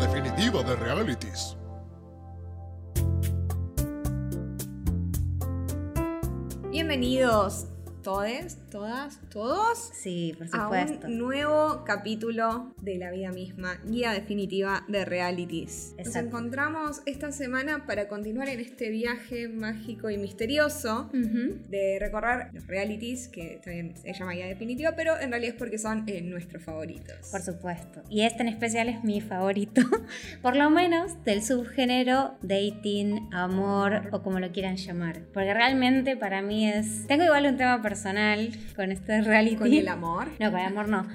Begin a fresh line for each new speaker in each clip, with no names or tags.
mundo de realities.
Bienvenidos todes, todas, todos
Sí, por
a
supuesto.
un nuevo capítulo de la vida misma, guía definitiva de realities. Nos
Exacto.
encontramos esta semana para continuar en este viaje mágico y misterioso
Ujú.
de recorrer los realities, que también se llama guía definitiva, pero en realidad es porque son eh, nuestros favoritos.
Por supuesto. Y este en especial es mi favorito. Por lo menos del subgénero dating, amor o como lo quieran llamar. Porque realmente para mí es. Tengo igual un tema personal con este reality.
Con el amor.
No, con el amor no.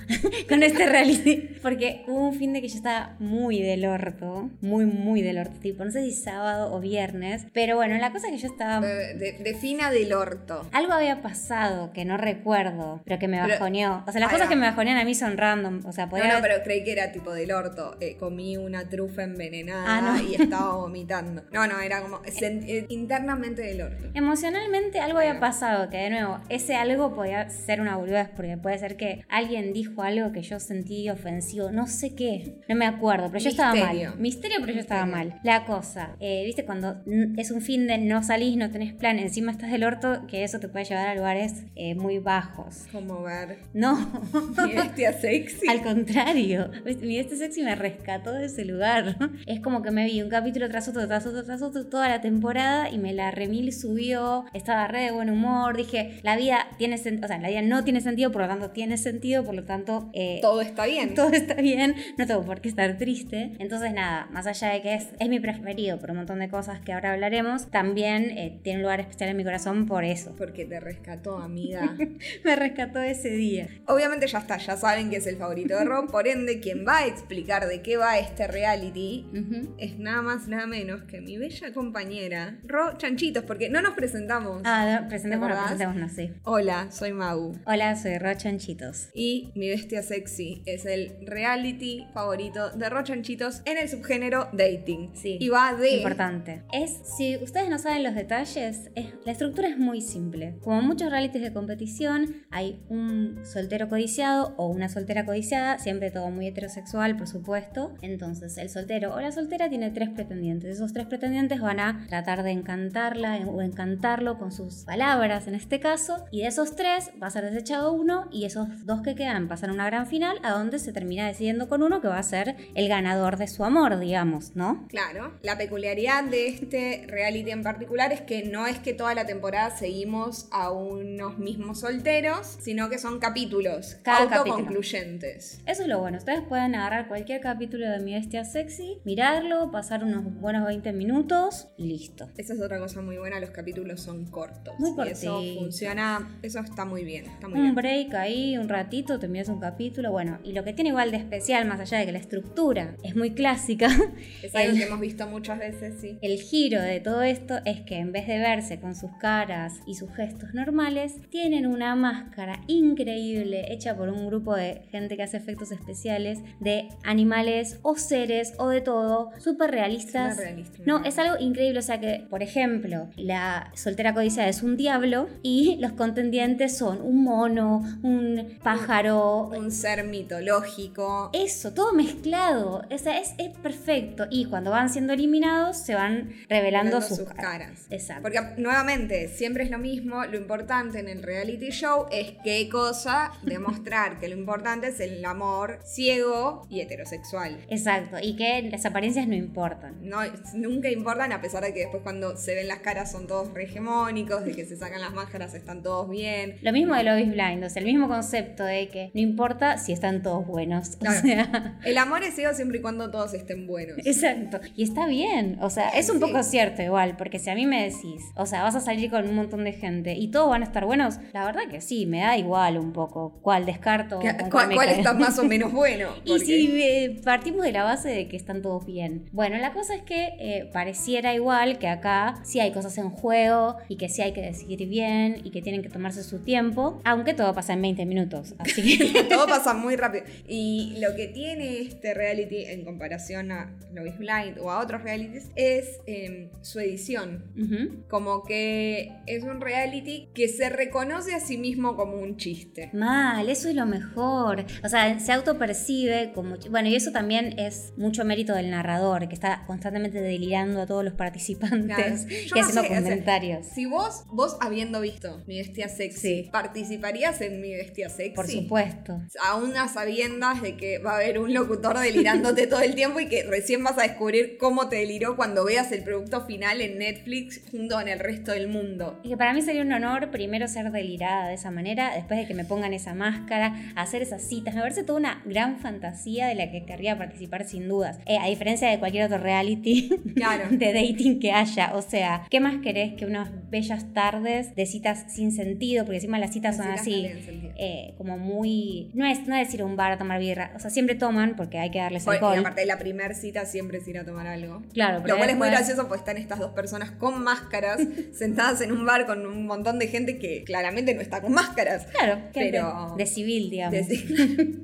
con este reality. Porque hubo un fin de que yo estaba muy del orto. Muy, muy del orto. Tipo, no sé si sábado o viernes. Pero bueno, la cosa es que yo estaba.
Eh, de- defina del orto.
Algo había pasado que no recuerdo, pero que me
Pero-
bajoneó. O sea, las
Ahí
cosas
va.
que me bajonean a mí son random. O sea, podía
No, no,
haber-
pero creí que era tipo del orto. Eh, comí una trufa envenenada
Ah, no.
y estaba vomitando. No, no, era como sen- eh, internamente del orto.
Emocionalmente algo había pasado, que de nuevo, ese algo podía ser una boludez, porque puede ser que alguien dijo algo que yo sentí ofensivo, no sé qué, no me acuerdo, pero yo
Misterio.
estaba mal. Misterio, pero yo estaba
Misterio.
mal. La cosa, eh, viste, cuando mm, es un fin de no salís, no tenés plan, encima estás del orto, que eso te puede llevar a lugares eh, muy bajos.
Como ver
No.
mi bestia sexy.
Al contrario, mi este sexy me rescató de ese lugar. Es como que me vi un capítulo tras otro, tras otro, tras otro, toda la temporada y me la remil subió, estaba re de buen humor, dije, la vida tiene sen- o sea, la vida no tiene sentido, por lo tanto tiene sentido, por lo tanto eh,
Todo está bien.
todo está bien, no tengo por qué estar triste. Entonces, nada, más allá de que es, es mi preferido por un montón de cosas que ahora hablaremos, también eh, tiene un lugar especial en mi corazón por eso.
Porque te rescató, amiga.
Me rescató ese día.
Obviamente ya está, ya saben que es el favorito de Ron. Por ende, quien va a explicar de qué va este reality
Ujú.
es nada más, nada menos que mi bella compañera Ro Chanchitos, porque no nos presentamos.
Ah, no, presentémonos,
¿Te acordás?
presentémonos, sí.
Hola, soy Magu.
Hola, soy Rochanchitos.
Y Mi Bestia Sexy es el reality favorito de Rochanchitos en el subgénero dating.
Sí.
Y va de.
Importante. Es, si ustedes no saben los detalles, es- la estructura es muy simple. Como muchos realities de competición, hay un soltero codiciado o una soltera codiciada, siempre todo muy heterosexual, por supuesto. Entonces, el soltero o la soltera tiene tres pretendientes. Esos tres pretendientes van a tratar de encantarla en- o encantarlo con sus palabras, en este caso. Y de esos tres va a ser desechado uno y esos dos que quedan pasan a una gran final, a donde se termina decidiendo con uno que va a ser el ganador de su amor, digamos, ¿no?
Claro. La peculiaridad de este reality en particular es que no es que toda la temporada seguimos a unos mismos solteros, sino que son capítulos
Cada capítulo.
autoconcluyentes.
Eso es lo bueno. Ustedes pueden agarrar cualquier capítulo de Mi Bestia Sexy, mirarlo, pasar unos buenos 20 minutos y listo.
Esa es otra cosa muy buena, los capítulos son cortos.
Muy
Y eso
cortitos. Mm,
funciona, eso está muy bien, está muy
Un
bien.
break ahí, un ratito, te miras un capítulo. Bueno, y lo que tiene igual de especial, más allá de que la estructura es muy clásica,
Es algo que hemos visto muchas veces, sí.
el giro de todo esto es que en vez de verse con sus caras y sus gestos normales, tienen una máscara increíble hecha por un grupo de gente que hace efectos especiales de animales o seres o de todo, súper realistas.
Súper realista,
No,
¿no?
es algo increíble. O sea que, por ejemplo, la soltera codiciada es un diablo y los contendientes son un mono, un pájaro,
Un ser mitológico.
eso, todo mezclado. O sea, es, es perfecto. Y cuando van siendo eliminados, se van revelando
Revelando
sus,
sus
caras.
caras.
Exacto.
Porque nuevamente, siempre es lo mismo, lo importante en el reality show es qué cosa demostrar, que lo importante es el amor ciego y heterosexual.
Exacto. Y que las apariencias no importan.
No, es- nunca importan a pesar de que después cuando se ven las caras son todos re hegemónicos, de que se sacan las máscaras están todos bien.
Lo mismo de Love is Blind, o sea, el mismo concepto de que no importa si están todos buenos. O
Claro.
sea,
El amor es ciego siempre y cuando todos estén buenos.
Exacto. Y está bien. O sea, es un poco cierto igual, porque si a mí me decís, o sea, vas a salir con un montón de gente y todos van a estar buenos, la verdad que sí, me da igual un poco cuál descarto.
¿Cu-
con cuál
¿Cuál,
me
cuál
quedo.
está más o menos bueno?
Y
Porque-
si eh, partimos de la base de que están todos bien. Bueno, la cosa es que eh, pareciera igual que acá sí hay cosas en juego y que sí hay que decidir bien y que tienen que que tomarse su tiempo, aunque todo pasa en 20 minutos. Así que
Todo pasa muy rápido. Y lo que tiene este reality en comparación a Love is Blind o a otros realities es em, su edición.
Ujú.
Como que es un reality que se reconoce a sí mismo como un chiste.
Mal, eso es lo mejor. O sea, se autopercibe como... Bueno, y eso también es mucho mérito del narrador, que está constantemente delirando a todos los participantes
Claro. Yo
y
no
haciendo
sé, o sea,
comentarios.
Si vos, vos habiendo visto mi bestia sexy,
Sí.
participarías en mi bestia sexy.
Por supuesto.
Aún a sabiendas de que va a haber un locutor delirándote todo el tiempo y que recién vas a descubrir cómo te deliró cuando veas el producto final en Netflix junto con el resto del mundo.
Y que para mí sería un honor primero ser delirada de esa manera, después de que me pongan esa máscara, hacer esas citas. Me parece toda una gran fantasía de la que querría participar sin dudas. Eh, a diferencia de cualquier otro reality
Claro.
de dating que haya. O sea, ¿qué más querés que unas bellas tardes de citas sin sentido? Porque encima las citas son
Las citas no
así.
tienen sentido.
eh, como muy. No es, no es ir a un bar a tomar birra. O sea, siempre toman porque hay que darles
Bueno, y
alcohol.
aparte de la primera cita siempre es ir a tomar algo.
Claro, pero
Lo cual es muy
después-
gracioso porque están estas dos personas con máscaras sentadas en un bar con un montón de gente que claramente no está con máscaras.
Claro, gente
Pero-
de civil, digamos.
Desde-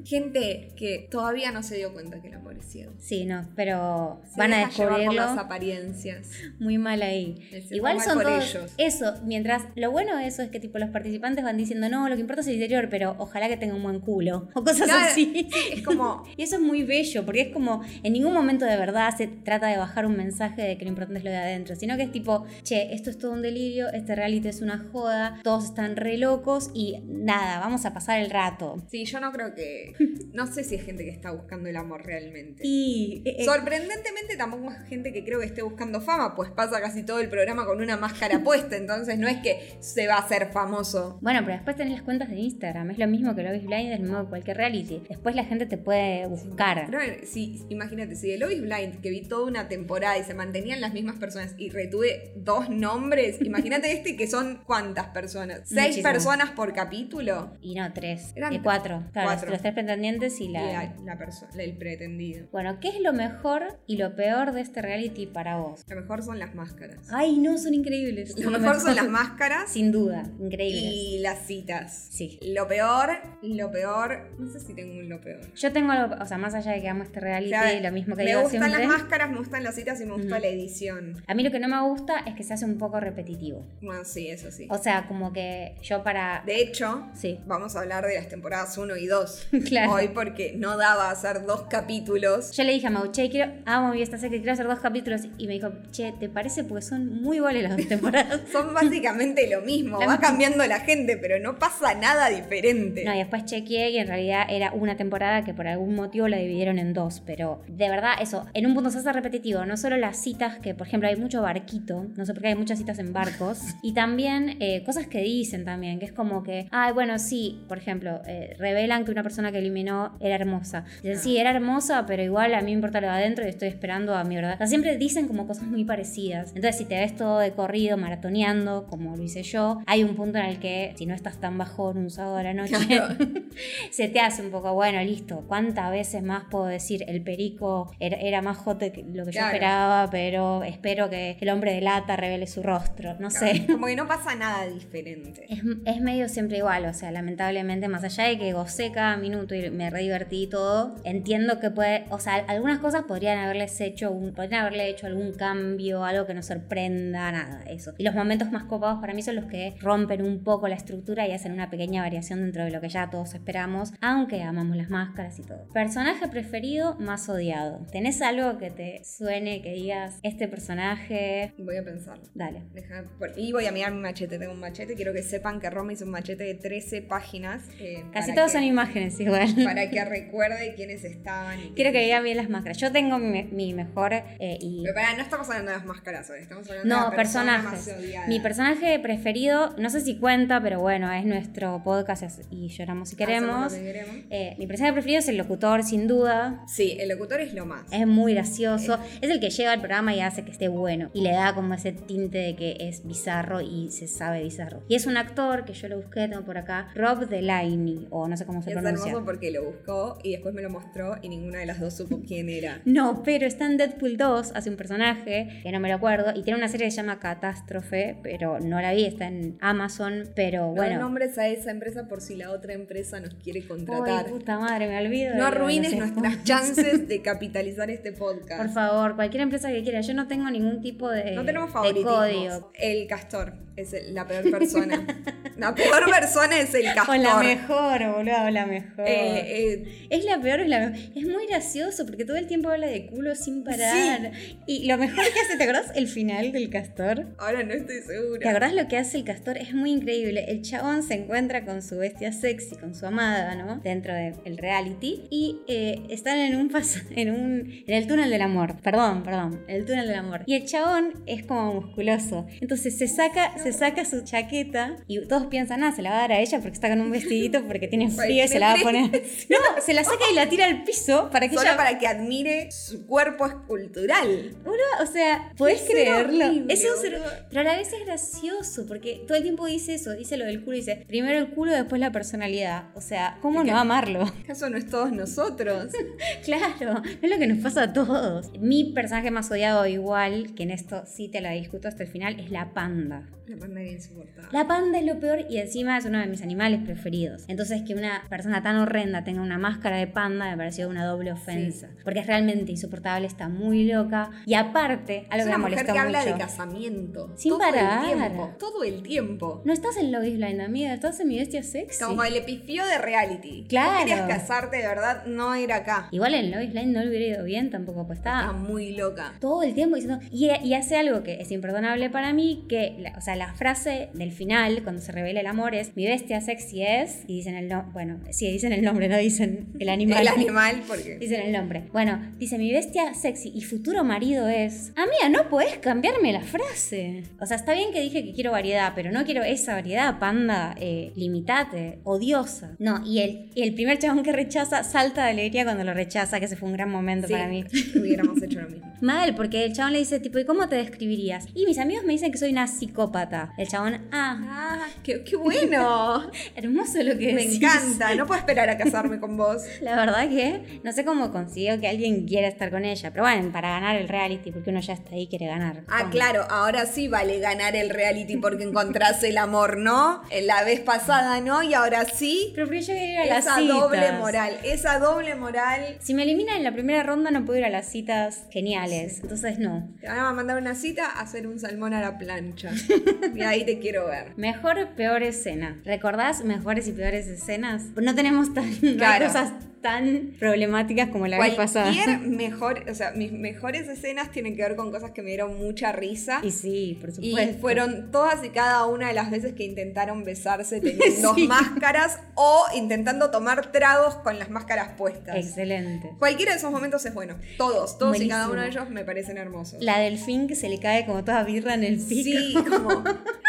gente que todavía no se dio cuenta que el amor es ciego.
Sí, no, pero
Se
van a
deja llevar por las
descubrirlo
apariencias.
muy mal ahí.
Se fue
Igual
mal
son
por
todos
ellos.
eso, mientras lo bueno de eso es que tipo los participantes van diciendo, "No, lo que importa es el interior, pero ojalá que tenga un buen culo" o cosas
Claro,
así.
sí, es como,
Y eso es muy bello, porque es como en ningún momento de verdad se trata de bajar un mensaje de que lo importante es lo de adentro, sino que es tipo, che, esto es todo un delirio, este reality es una joda, todos están re locos y nada, vamos a pasar el rato.
sí, yo no creo que, no sé si es gente que está buscando el amor realmente.
Y eh, eh,
Sorprendentemente tampoco es gente que creo que esté buscando fama, pues pasa casi todo el programa con una máscara puesta, entonces no es que se va a hacer famoso.
Bueno, pero después tenés las cuentas de Instagram, es lo mismo que Love is Blind, es lo mismo que cualquier reality. Después la gente te puede buscar.
Pero, si, imagínate, si de Love is Blind, que vi toda una temporada y se mantenían las mismas personas y retuve dos nombres, imagínate este que son cuántas personas, seis
Muchísimas.
personas por capítulo.
Y no, tres.
Eran
Eh, cuatro. Claro,
cuatro.
los tres pretendientes y
Y
la...
la, la perso- la- el pretendido.
Bueno, ¿qué es lo mejor y lo peor de este reality para vos?
Lo mejor son las máscaras.
Ay, no, son increíbles.
Lo mejor son las máscaras
Sin duda, increíbles.
y las citas.
Sí.
Lo peor, lo peor, no sé si tengo un lo peor.
Yo tengo algo, o sea, más allá de que amo este
O
reality,
sea,
lo mismo que
me
digo
gustan
siempre.
las máscaras, me gustan las citas y me gusta la edición.
A mí lo que no me gusta es que se hace un poco repetitivo.
Bueno, sí, eso sí.
O sea, como que yo para...
De hecho,
Sí.
vamos a hablar de las temporadas 1 y 2
Claro.
hoy porque no daba a hacer dos capítulos.
Yo le dije a Mau, che, quiero, amo esta serie, quiero hacer dos capítulos. Y me dijo, che, ¿te parece? Porque son muy iguales las dos temporadas.
Son básicamente lo mismo, va cambiando la gente, pero no pasa nada diferente.
No, y después chequeé y en realidad era una temporada que por algún motivo la dividieron en dos, pero de verdad eso, en un punto se hace repetitivo, no solo las citas, que por ejemplo hay mucho barquito, no sé por qué hay muchas citas en barcos, y también eh, cosas que dicen también, que es como que, ay, bueno, sí, por ejemplo, eh, revelan que una persona que eliminó era hermosa. Dicen,
Ah.
sí, era hermosa, pero igual a mí me importa lo de adentro y estoy esperando a mi verdad. O sea, siempre dicen como cosas muy parecidas. Entonces, si te ves todo de corrido, maratoneando, como lo hice yo, hay un punto en el que, si no estás tan bajón un sábado a la noche,
Claro.
se te hace un poco, bueno, listo, ¿cuántas veces más puedo decir el perico era, era más jote que lo que yo
Claro.
esperaba, pero espero que el hombre de lata revele su rostro? No sé.
Como que no pasa nada diferente.
Es, es medio siempre igual, o sea, lamentablemente, más allá de que gocé cada minuto y me re divertí y todo, entiendo que puede, o sea, algunas cosas podrían haberles hecho, un, podrían haberle hecho algún cambio, algo que nos sorprenda, nada, eso. Y los momentos más copados para mí son los que rompen un poco la estructura y hacen una pequeña variación dentro de lo que ya todos esperamos, aunque amamos las máscaras y todo. Personaje preferido más odiado. ¿Tenés algo que te suene, que digas, este personaje...
Voy a pensarlo.
Dale.
Deja- por- y voy a mirar mi machete, tengo un machete. Quiero que sepan que Roma hizo un machete de 13 páginas. eh,
Casi
para
todos
que-
son imágenes igual.
Para que recuerde quiénes estaban. y
Quiero que
quiénes-
vean bien las máscaras. Yo tengo mi, mi mejor eh, y...
Pero pará, no estamos hablando de las máscaras hoy, estamos hablando de
No,
la persona más
personajes.
odiada.
Mi personaje preferido, no sé si cuenta, pero bueno, es nuestro podcast es- y lloramos si
Hacemos
queremos.
lo que queremos.
Eh, mi personaje preferido es el locutor, sin duda.
Sí, el locutor es lo más.
Es muy gracioso. Es el que llega al programa y hace que esté bueno. Y le da como ese tinte de que es bizarro y se sabe bizarro. Y es un actor que yo lo busqué, tengo por acá, Rob Delaney, o no sé cómo se
Es
pronuncia.
hermoso porque lo buscó y después me lo mostró y ninguna de las dos supo quién era.
No, pero está en Deadpool 2, hace un personaje, que no me lo acuerdo, y tiene una serie que se llama Catástrofe, pero no la vi, está en Amazon, pero
No
bueno.
nombres a esa empresa por si la otra empresa nos quiere contratar.
Uy, puta madre, me olvido. de
no
los-
arruines
los
nuestras chances de capitalizar este podcast.
Por favor, cualquier empresa que quiera. Yo no tengo ningún tipo de,
No tenemos
de
favoritismos.
código.
El castor es el- la peor persona. la peor persona es el castor.
O la mejor, boludo, o la mejor.
Eh, eh,
es la peor, es la mejor. Es muy gracioso porque todo el tiempo habla de culo sin parar. Y lo mejor que hace, ¿te acordás el final del castor?
ahora no estoy
¿Te
segura.
acordás lo que hace el castor? Es muy increíble. El chabón se encuentra con su bestia sexy, con su amada, ¿no? Dentro del reality. Y eh, están en un, pas- en un en el túnel del amor. Perdón, perdón. En el túnel del amor. Y el chabón es como musculoso. Entonces se saca, se saca su chaqueta y todos piensan, ah, se la va a dar a ella porque está con un vestidito porque tiene frío y se la va a poner. No, se la saca y la tira al piso para que
Solo
ella
para que admire su cuerpo escultural.
o sea, ¿podés
Es ser
creerlo?
horrible,
es un ser-
boludo.
Pero a la vez es gracioso, porque todo el tiempo dice eso, dice lo del culo, dice primero el culo, después la personalidad. O sea, ¿cómo no amarlo?
¿Acaso no es todos nosotros?
claro, es lo que nos pasa a todos. Mi personaje más odiado, igual, que en esto sí te la discuto hasta el final, es la panda.
La pandemia insoportable.
La panda es lo peor y encima es uno de mis animales preferidos. Entonces que una persona tan horrenda tenga una máscara de panda me pareció una doble ofensa. Porque es realmente insoportable, está muy loca. Y aparte,
Es
algo que me
una mujer que
molestó
habla de
mucho.
casamiento.
Sin
todo
parar.
El tiempo, todo el tiempo.
No estás en Love is Blind, amiga, estás en mi bestia sexy.
Como el epifío de reality.
Claro.
No querías casarte de verdad, no era acá.
Igual en Love is Blind no le hubiera ido bien tampoco, pues
Está
estaba
muy loca.
todo el tiempo diciendo. Y, y hace algo que es imperdonable para mí, que, la- o sea, la frase del final, cuando se revela el amor, es: Mi bestia sexy es. Y dicen el nombre, bueno, sí, dicen el nombre, no dicen el animal.
El animal, porque.
Dicen el nombre. Bueno, dice mi bestia sexy y futuro marido es. Amiga, no podés cambiarme la frase. O sea, está bien que dije que quiero variedad, pero no quiero esa variedad, panda. eh, limitate, odiosa. No, y el, y el primer chabón que rechaza salta de alegría cuando lo rechaza, que ese fue un gran momento
Sí,
para mí.
hubiéramos hecho lo mismo.
Mal, porque el chabón le dice, tipo, ¿y cómo te describirías? Y mis amigos me dicen que soy una psicópata. El chabón, ah,
Ah, qué, qué bueno.
hermoso lo que
Me
decís.
encanta. No puedo esperar a casarme con vos.
La verdad que no sé cómo consiguió que alguien quiera estar con ella, pero bueno, para ganar el reality, porque uno ya está ahí quiere ganar.
Ah,
Toma.
claro, ahora sí vale ganar el reality porque encontrás el amor, ¿no? Eh, La vez pasada no, y ahora sí.
Pero porque yo quería ir a las
Esa
citas.
doble moral, esa doble moral.
Si me eliminan en la primera ronda no puedo ir a las citas geniales, entonces no.
Te van a mandar una cita a hacer un salmón a la plancha. Y ahí te quiero ver.
Mejor, peor escena. ¿Recordás mejores y peores escenas? No tenemos tan no hay
Claro.
cosas tan problemáticas como la vez pasada.
Cualquier mejor, o sea, mis mejores escenas tienen que ver con cosas que me dieron mucha risa.
Y sí, por
Y
supuesto.
fueron todas y cada una de las veces que intentaron besarse teniendo
Sí.
máscaras o intentando tomar tragos con las máscaras puestas.
excelente.
Cualquiera de esos momentos es bueno. Todos, todos y cada
Buenísimo.
uno de ellos me parecen hermosos.
La delfín que se le cae como toda birra en el pico.
Sí, como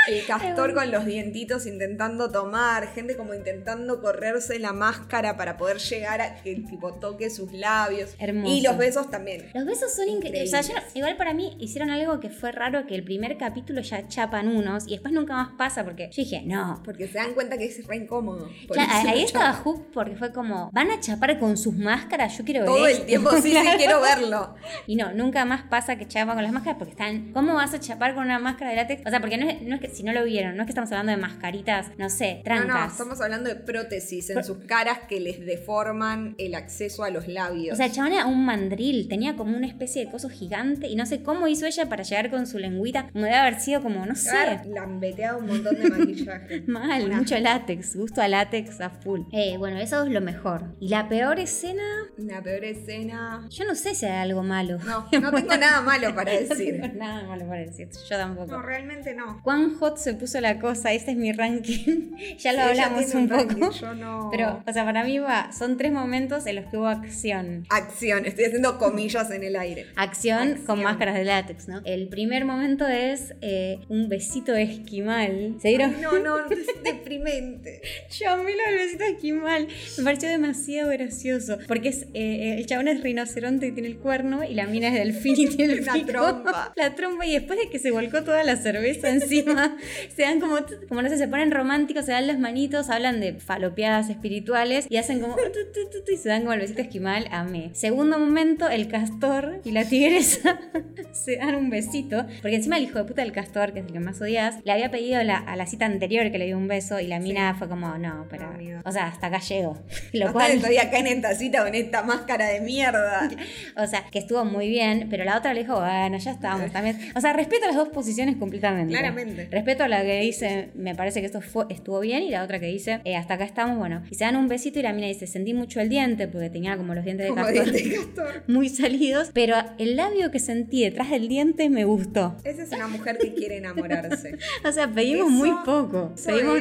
el castor con los dientitos intentando tomar, gente como intentando correrse la máscara para poder llegar a que tipo toque sus labios.
Hermoso.
Y los besos también.
Los besos son increíbles. O sea, yo- igual para mí hicieron algo que fue raro que el primer capítulo ya chapan unos y después nunca más pasa porque yo dije, no.
Porque se dan cuenta que es re incómodo. Por
Ya,
eso
ahí
yo
estaba Hook porque fue como, van a chapar con sus máscaras, yo quiero ver
Todo el
esto".
tiempo, sí, sí,
¿eh? Claro.
quiero verlo.
Y no, nunca más pasa que chapan con las máscaras porque están, ¿cómo vas a chapar con una máscara de látex? O sea, porque no es, no es que, si no lo vieron, no es que estamos hablando de mascaritas, no sé,
No, no,
trancas.
estamos hablando de prótesis en sus caras que les deforman el acceso a los labios.
O sea, el chabón era un mandril, tenía como una especie de coso gigante y no sé cómo hizo ella para llegar con su lengüita, como debe haber sido como, no sé.
Haber lambeteado un montón de maquillaje.
Mal,
Una-
mucho látex, gusto a látex a full. Eh, bueno, eso es lo mejor. Y la peor escena,
Una peor escena.
yo no sé si hay algo malo.
No, no tengo nada malo para
No tengo
decir.
nada malo para decir, yo
No,
tampoco.
realmente no.
Cuán hot se puso la cosa, este es mi ranking. ya
Sí,
lo
ella
hablamos
tiene
un
ranking,
poco.
yo no-
Pero, o sea, para mí va, son tres momentos en los que hubo acción.
Acción, estoy haciendo comillas en el aire.
Acción,
Acción.
con máscaras de látex, ¿no? El primer momento es eh, un besito esquimal. ¿Se dieron?
Ay, No, no, es deprimente.
Yo a mí lo del besito esquimal me pareció demasiado gracioso. Porque es, eh, eh, el chabón es rinoceronte y tiene el cuerno, y la mina es delfín y tiene el
La
pico.
trompa.
La trompa, y después de que se volcó toda la cerveza encima, se dan como, como no sé, se ponen románticos, se dan las manitos, hablan de falopeadas espirituales y hacen como. tu, tu, tu, tu, tu, y se dan como el besito esquimal, amé. Segundo momento, el castor y la tigresa se dan un besito, porque encima el hijo de puta del castor, que es el que más odias, le había pedido la- a la cita anterior que le dio un beso y la mina fue como, no, pero...
No, amigo.
o sea, hasta acá llego.
Hasta
Lo
que
cual...
estoy acá en esta cita con esta máscara de mierda.
O sea, que estuvo muy bien, pero la otra le dijo, bueno, ya estamos también. O sea, respeto las dos posiciones completamente.
Claramente.
Respeto a la que dice, me parece que esto fue, estuvo bien, y la otra que dice, eh, hasta acá estamos, bueno. Y se dan un besito y la mina dice, sentí mucho el diente, porque tenía como los dientes de
Como
castor
dice Castor.
muy salidos, pero el labio que sentí detrás del diente me gustó.
Esa es una mujer que quiere enamorarse.
O sea, pedimos
Eso-
muy poco,
eso
pedimos
es-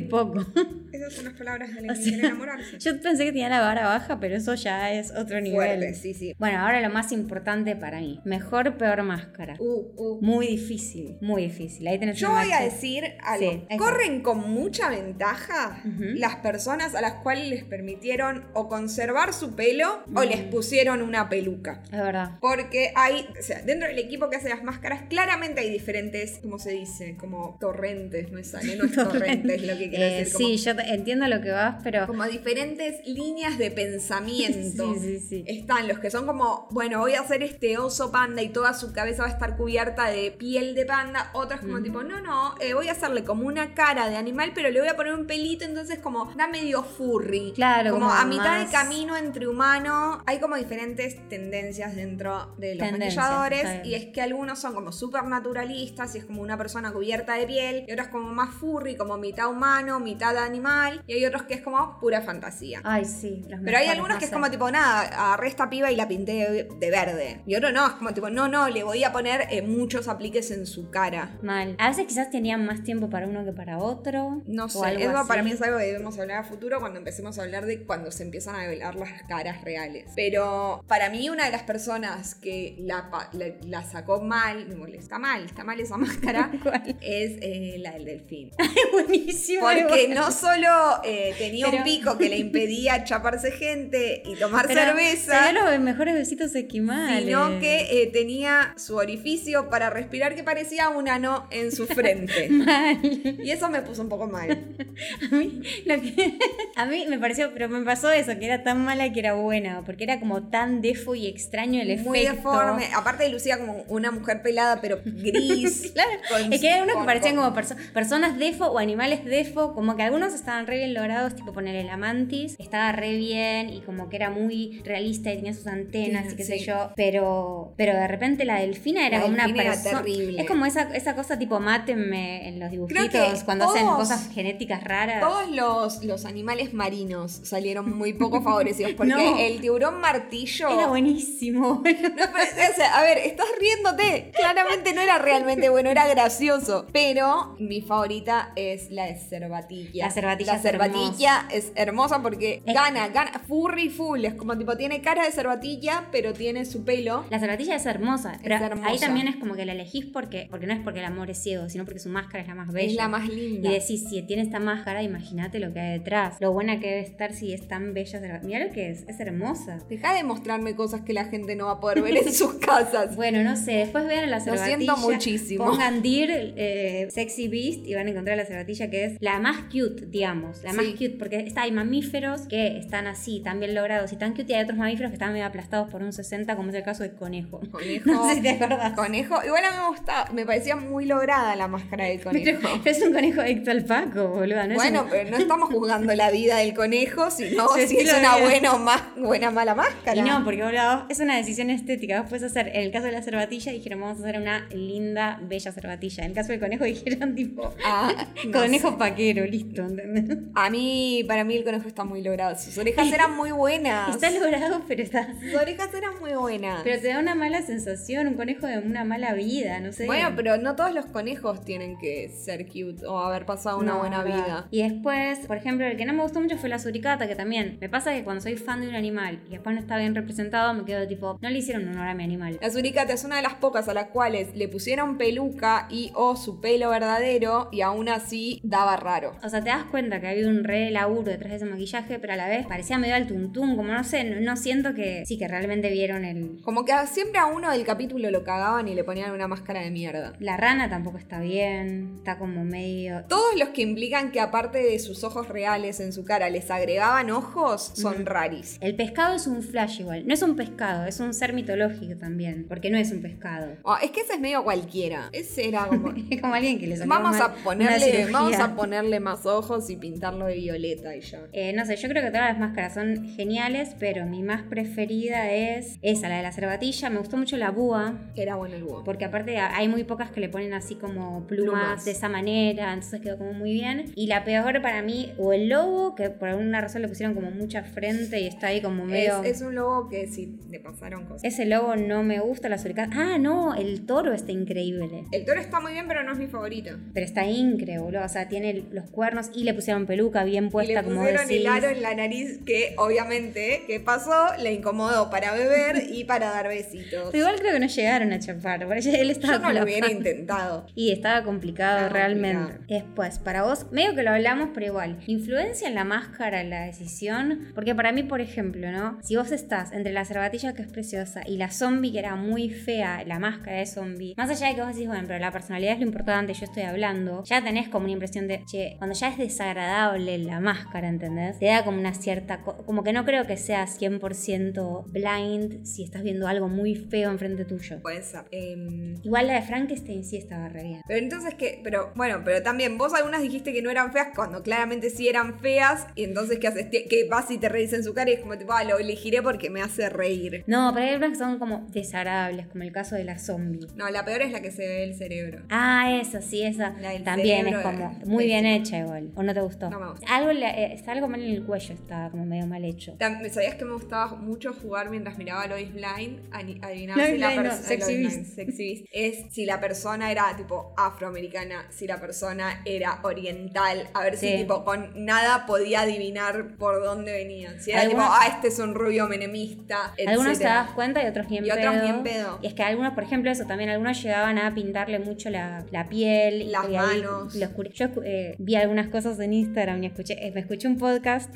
poco.
Esas son las palabras de la
O
que quiere
sea,
enamorarse.
Yo pensé que tenía la vara baja, pero eso ya es otro nivel.
Fuerte, sí, sí.
Bueno, ahora lo más importante para mí, mejor peor máscara.
Uh, uh.
Muy difícil, muy difícil. Ahí tenés
Yo
un
voy a
match.
decir algo.
Sí, ahí está.
Corren con mucha ventaja
Ujú.
las personas a las cuales les permitieron o conservar su pelo o
Mm.
les pusieron una peluca.
Es verdad.
Porque hay, o sea, dentro del equipo que hace las máscaras, claramente hay diferentes, ¿cómo se dice? Como torrentes, me sale, no es torrente, es lo que quiero
Eh,
decir. Como,
sí, yo te- entiendo lo que vas, pero
como diferentes líneas de pensamiento.
Sí, sí, sí.
Están los que son como, bueno, voy a hacer este oso panda y toda su cabeza va a estar cubierta de piel de panda. Otras como tipo, no, no, eh, voy a hacerle como una cara de animal, pero le voy a poner un pelito, entonces como da medio furry.
Claro,
como,
como
a mitad de
más-
camino entre humano. Hay como diferentes tendencias dentro de los
Tendencias, está
maquilladores
bien.
y es que algunos son como super naturalistas y es como una persona cubierta de piel y otros como más furry, como mitad humano, mitad animal y hay otros que es como pura fantasía.
Ay, sí, los
Pero hay
mejores,
algunos
no
que es
sé.
como tipo, nada, agarré esta piba y la pinté de, de verde. Y otro no, es como tipo, no, no, le voy a poner eh, muchos apliques en su cara.
Mal. A veces quizás tenían más tiempo para uno que para otro.
No
o
sé,
algo
eso
así.
para mí es algo que debemos hablar a futuro cuando empecemos a hablar de cuando se empiezan a velar las caras reales. Pero para mí una de las personas que la, pa- la- la sacó mal, me molesta mal, está mal esa máscara,
¿Cuál?
es eh, la del delfín.
Es buenísimo.
Porque
es
no solo eh, tenía
Pero-
un pico que le impedía chaparse gente y tomar
Pero
cerveza.
tenía los mejores besitos esquimales.
sino que eh, tenía su orificio para respirar que parecía un ano en su frente.
Mal.
Y eso me puso un poco mal.
A mí, lo que- a mí me pareció, pero me pasó eso, que era tan mala que era buena, porque era como tan defo y extraño el
Muy
efecto.
deforme. Aparte lucía como una mujer pelada, pero gris. con-
Es que hay unos que
con-
parecían
con-
como perso- personas defo o animales defo, como que algunos estaban re bien logrados, tipo poner el amantis, estaba re bien y como que era muy realista y tenía sus antenas y qué sé
Sí.
yo, pero pero de repente la delfina era
La
como
delfina
una
era
persona
terrible.
Es como esa, esa cosa tipo mátenme en los
que
dibujitos cuando hacen
todos-
cosas genéticas raras.
Todos los, los animales marinos salieron muy poco favorecidos porque
No.
el tiburón martillo.
Era buenísimo. boludo.
No, pero, o sea, a ver, estás riéndote. Claramente no era realmente bueno, era gracioso. Pero mi favorita es la de Cervatilla.
La Cervatilla
La
es
Cervatilla es hermosa porque
Es-
gana, gana. Furry full. Es como tipo, tiene cara de Cervatilla, pero tiene su pelo.
La zapatilla es hermosa, pero ahí
hermosa.
también es como que la elegís porque, porque no es porque el amor es ciego, sino porque su máscara es la más bella.
Es la más linda.
Y decís, si tiene esta máscara, imagínate lo que hay detrás. Lo buena que debe estar si es tan bella. Mira lo que es, es hermosa.
Deja de mostrarme cosas que la gente no va a poder ver en sus casas.
Bueno, no sé, después vean a la
Lo
cervatilla.
siento muchísimo.
Pongan Dear eh, Sexy Beast y van a encontrar la cervatilla que es la más cute, digamos. La más
Sí.
cute, porque está, hay mamíferos que están así, tan bien logrados y tan cute, y hay otros mamíferos que están medio aplastados por un 60, como es el caso del conejo.
Conejo.
No sé si te acordás.
Conejo. Igual a mí me gustaba. Me parecía muy lograda la máscara del
Pero
conejo.
es un conejo ectolpaco, boluda. No es
Bueno,
un-
pero no estamos juzgando la vida del conejo, sino
Su
si es
estilo
una
de vida.
buena o ma- buena mala máscara.
Y no, porque boludo, es una decisión estética. Vos puedes hacer, en el caso de la cervatilla, dijeron vamos a hacer una linda, bella cervatilla. En el caso del conejo dijeron tipo,
Ah, no sé.
conejo paquero, listo, ¿entendés?
A mí, para mí el conejo está muy logrado. Sus orejas eran muy buenas.
Está logrado, pero está.
Sus orejas eran muy buenas.
Pero te da una mala sensación, un conejo de una mala vida, no sé.
bueno, pero no todos los conejos tienen que ser cute o haber pasado una
No,
buena
verdad.
vida.
Y después, por ejemplo, el que no me gustó mucho fue la suricata, que también me pasa que cuando soy fan de un animal y después no está bien representado, me quedo tipo, no le hicieron honor a mi animal.
La suricata es una de las pocas a las cuales le pusieron peluca y o su pelo verdadero y aún así daba raro.
O sea, te das cuenta que había un re laburo detrás de ese maquillaje, pero a la vez parecía medio al tuntún, como no sé, no, no siento que sí, que realmente vieron el...
Como que a- siempre a uno del capítulo lo cagaban y le ponían una máscara de mierda.
La rana tampoco está bien, está como medio...
Todos los que implican que aparte de sus ojos reales en su cara les agregaban ojos son raris.
El pescado es un flash igual. No es un pescado, es un ser mitológico también. Porque no es un pescado.
Oh, es que ese es medio cualquiera. Ese era como.
Es como alguien que le sacó
vamos
mal
a
una
ponerle,
cirugía.
vamos a ponerle más ojos y pintarlo de violeta y ya.
Eh, no sé, yo creo que todas las máscaras son geniales, pero mi más preferida es esa, la de la cerbatilla. Me gustó mucho la búa,
Era bueno el búho.
porque aparte a- hay muy pocas que le ponen así como plumas,
Plumas.
de esa manera, entonces quedó como muy bien. Y la peor para mí, o el lobo, que por alguna razón le pusieron como mucha frente y está ahí como
Es,
medio...
es un lobo que sí, le pasaron cosas.
Ese lobo no me gusta, la suricata. Ah, no, el toro está increíble.
El toro está muy bien, pero no es mi favorito.
Pero está increíble, boludo. O sea, tiene los cuernos y le pusieron peluca bien
y le
puesta, como
pusieron
decís.
el aro en la nariz que obviamente, ¿qué pasó? Le incomodó para beber y para dar besitos.
Pero igual creo que no llegaron a chapar. por ahí Él estaba
Yo no lo
como-
hubiera intentado.
Y estaba complicado
Estaba
realmente.
complicado.
Después, para vos, medio que lo hablamos, pero igual, influencia en la máscara, en la decisión. Porque para mí, por ejemplo, ¿no? Si vos estás entre la cerbatilla, que es preciosa, y la zombie, que era muy fea, la máscara de zombie, más allá de que vos decís, bueno, pero la personalidad es lo importante, yo estoy hablando, ya tenés como una impresión de, che, cuando ya es desagradable la máscara, ¿entendés? Te da como una cierta. co- Como que no creo que sea 100% blind si estás viendo algo muy feo enfrente tuyo.
Puede ser. Em,
Igual la de Frankenstein sí estaba re bien.
Pero entonces que, pero bueno, pero también vos algunas dijiste que no eran feas cuando claramente sí eran feas y entonces que haces Te- que vas y te reís en su cara y es como tipo, ah, lo elegiré porque me hace reír.
No, pero hay unas que son como desagradables, como el caso de la zombie.
No, la peor es la que se ve el cerebro.
Ah, esa, sí, esa.
La del
También es
cerebro,
como
eh,
muy bien
pésima.
hecha igual. ¿O no te gustó?
No me gustó.
Algo, le- eh, está algo mal en el cuello, estaba como medio mal hecho.
Tam- ¿Sabías que me gustaba mucho jugar mientras miraba Lois Blind? Ani- Adivinar
Lois
si la
Blind, no,
persona.
Sexy Beast.
Es si la persona era tipo afroamericana, si la persona era oriental. A ver
Sí.
si tipo con nada podía adivinar por dónde venía. Si era
Algunos-
tipo, ah, este es un rubio menemista. Etc.
Algunos te das cuenta y otros ni en
Y
pedo.
otros ni en pedo.
Y es que algunos, por ejemplo, eso también, algunos llegaban a pintarle mucho la, la piel. y-
Las
y ahí
manos.
lo oscure- Yo escu- eh, vi algunas cosas en Instagram y escuché, eh, me escuché un podcast.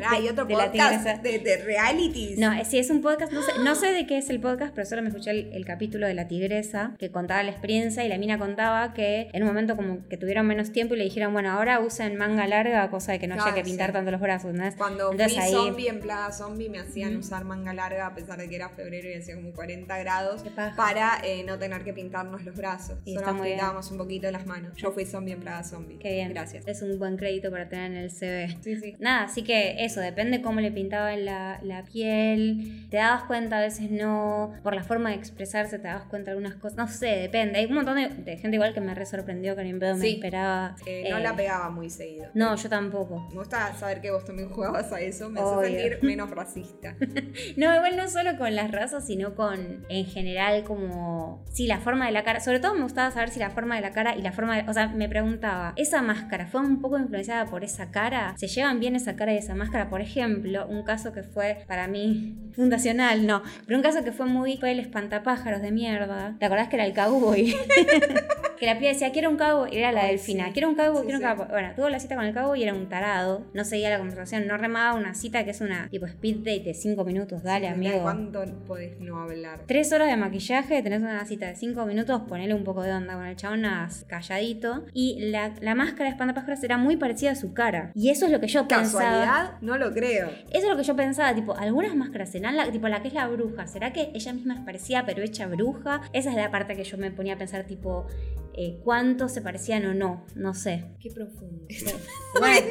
Pará, y otro
de la tigresa.
podcast de, de realities.
No, eh, sí, es un podcast, no sé, no sé de qué es el podcast, pero solo me escuché el, el capítulo de la tigresa que contaba la experiencia y la mina contaba que en un momento como que tuvieron menos tiempo y le dijeron, bueno, ahora usen manga larga, cosa de que no haya
Claro,
que pintar
sí.
tanto los brazos, ¿no?
Cuando
Entonces
fui
ahí-
zombie en Plaga Zombie me hacían usar manga larga a pesar de que era febrero y hacía como 40 grados
Qué paja.
para eh, no tener que pintarnos los brazos.
Y
Solo
está
nos
muy bien.
pintábamos un poquito las manos. Yo fui zombie en Plaga Zombie.
Qué bien.
Gracias.
Es un buen crédito para tener en el CV.
Sí, sí.
Nada, así que eso, depende cómo le pintaban la, la piel, te dabas cuenta, a veces no, por la forma de expresarse te dabas cuenta algunas cosas, no sé, depende. Hay un montón de, de gente igual que me re sorprendió, que ni en pedo me
Sí.
esperaba.
Eh, no
eh,
la pegaba muy seguido.
No, yo tampoco.
Me gusta saber que vos también jugabas a eso. Me
Obvio.
hace sentir menos racista.
No, igual no solo con las razas, sino con, en general, como, sí, la forma de la cara. Sobre todo me gustaba saber si la forma de la cara y la forma de, o sea, me preguntaba, ¿esa máscara fue un poco influenciada por esa cara? ¿Se llevan bien esa cara y esa máscara? Por ejemplo, un caso que fue para mí fundacional, no, pero un caso que fue muy, fue el espantapájaros de mierda. ¿Te acordás que era el cowboy? Que la piba decía, quiero un cowboy, era la
Ay,
delfina,
sí.
quiero un cowboy,
Sí,
quiero un
sí.
cowboy. Bueno, tuvo la cita con el cowboy y era un tarado, no seguía la conversación, no remaba una cita que es una tipo speed date de 5 minutos, dale amigo.
¿Cuánto podés no hablar?
Tres horas de maquillaje, tenés una cita de cinco minutos, ponele un poco de onda con el chabón nada, calladito. Y la, la máscara de espantapájaros era muy parecida a su cara. Y eso es lo que yo pensaba.
¿Casualidad? No lo creo.
Eso es lo que yo pensaba, tipo, algunas máscaras serán la, tipo la que es la bruja. ¿Será que ella misma es parecida pero hecha bruja? Esa es la parte que yo me ponía a pensar, tipo, eh, ¿cuántos se parecían o no? No sé.
Qué profundo.
Bueno,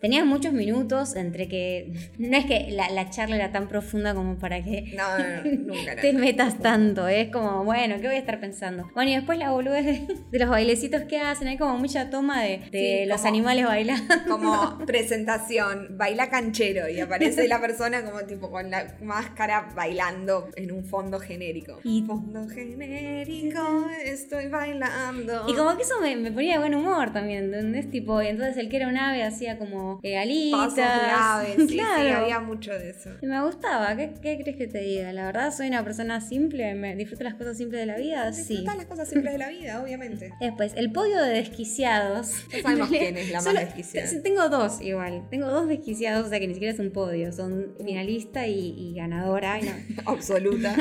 tenías muchos minutos entre que. No es que la, la charla era tan profunda como para que
No, no, no, nunca.
te
nada.
metas tanto. Es como, bueno, ¿qué voy a estar pensando? Bueno, y después la boludez de, de los bailecitos que hacen. Hay como mucha toma de, de
Sí,
los
como-
animales bailando.
Como presentación, baila canchero y aparece la persona como tipo con la máscara bailando en un fondo genérico.
Y-
fondo genérico, estoy bailando.
Y como que eso me, me ponía de buen humor también, ¿entendés? Tipo, y entonces el que era un ave hacía como eh, alitas.
pasos graves, sí, sí,
claro.
había mucho de eso.
Y me gustaba, ¿Qué, ¿qué crees que te diga? La verdad, soy una persona simple, me disfruto las cosas simples de la vida, sí.
Disfrutar las cosas simples de la vida, obviamente.
Después, el podio de desquiciados.
No sabemos quién es la más
Solo-
desquiciada.
t- Tengo dos igual. Tengo dos desquiciados, o sea que ni siquiera es un podio. Son finalista y, y ganadora. Ay, no.
Absoluta.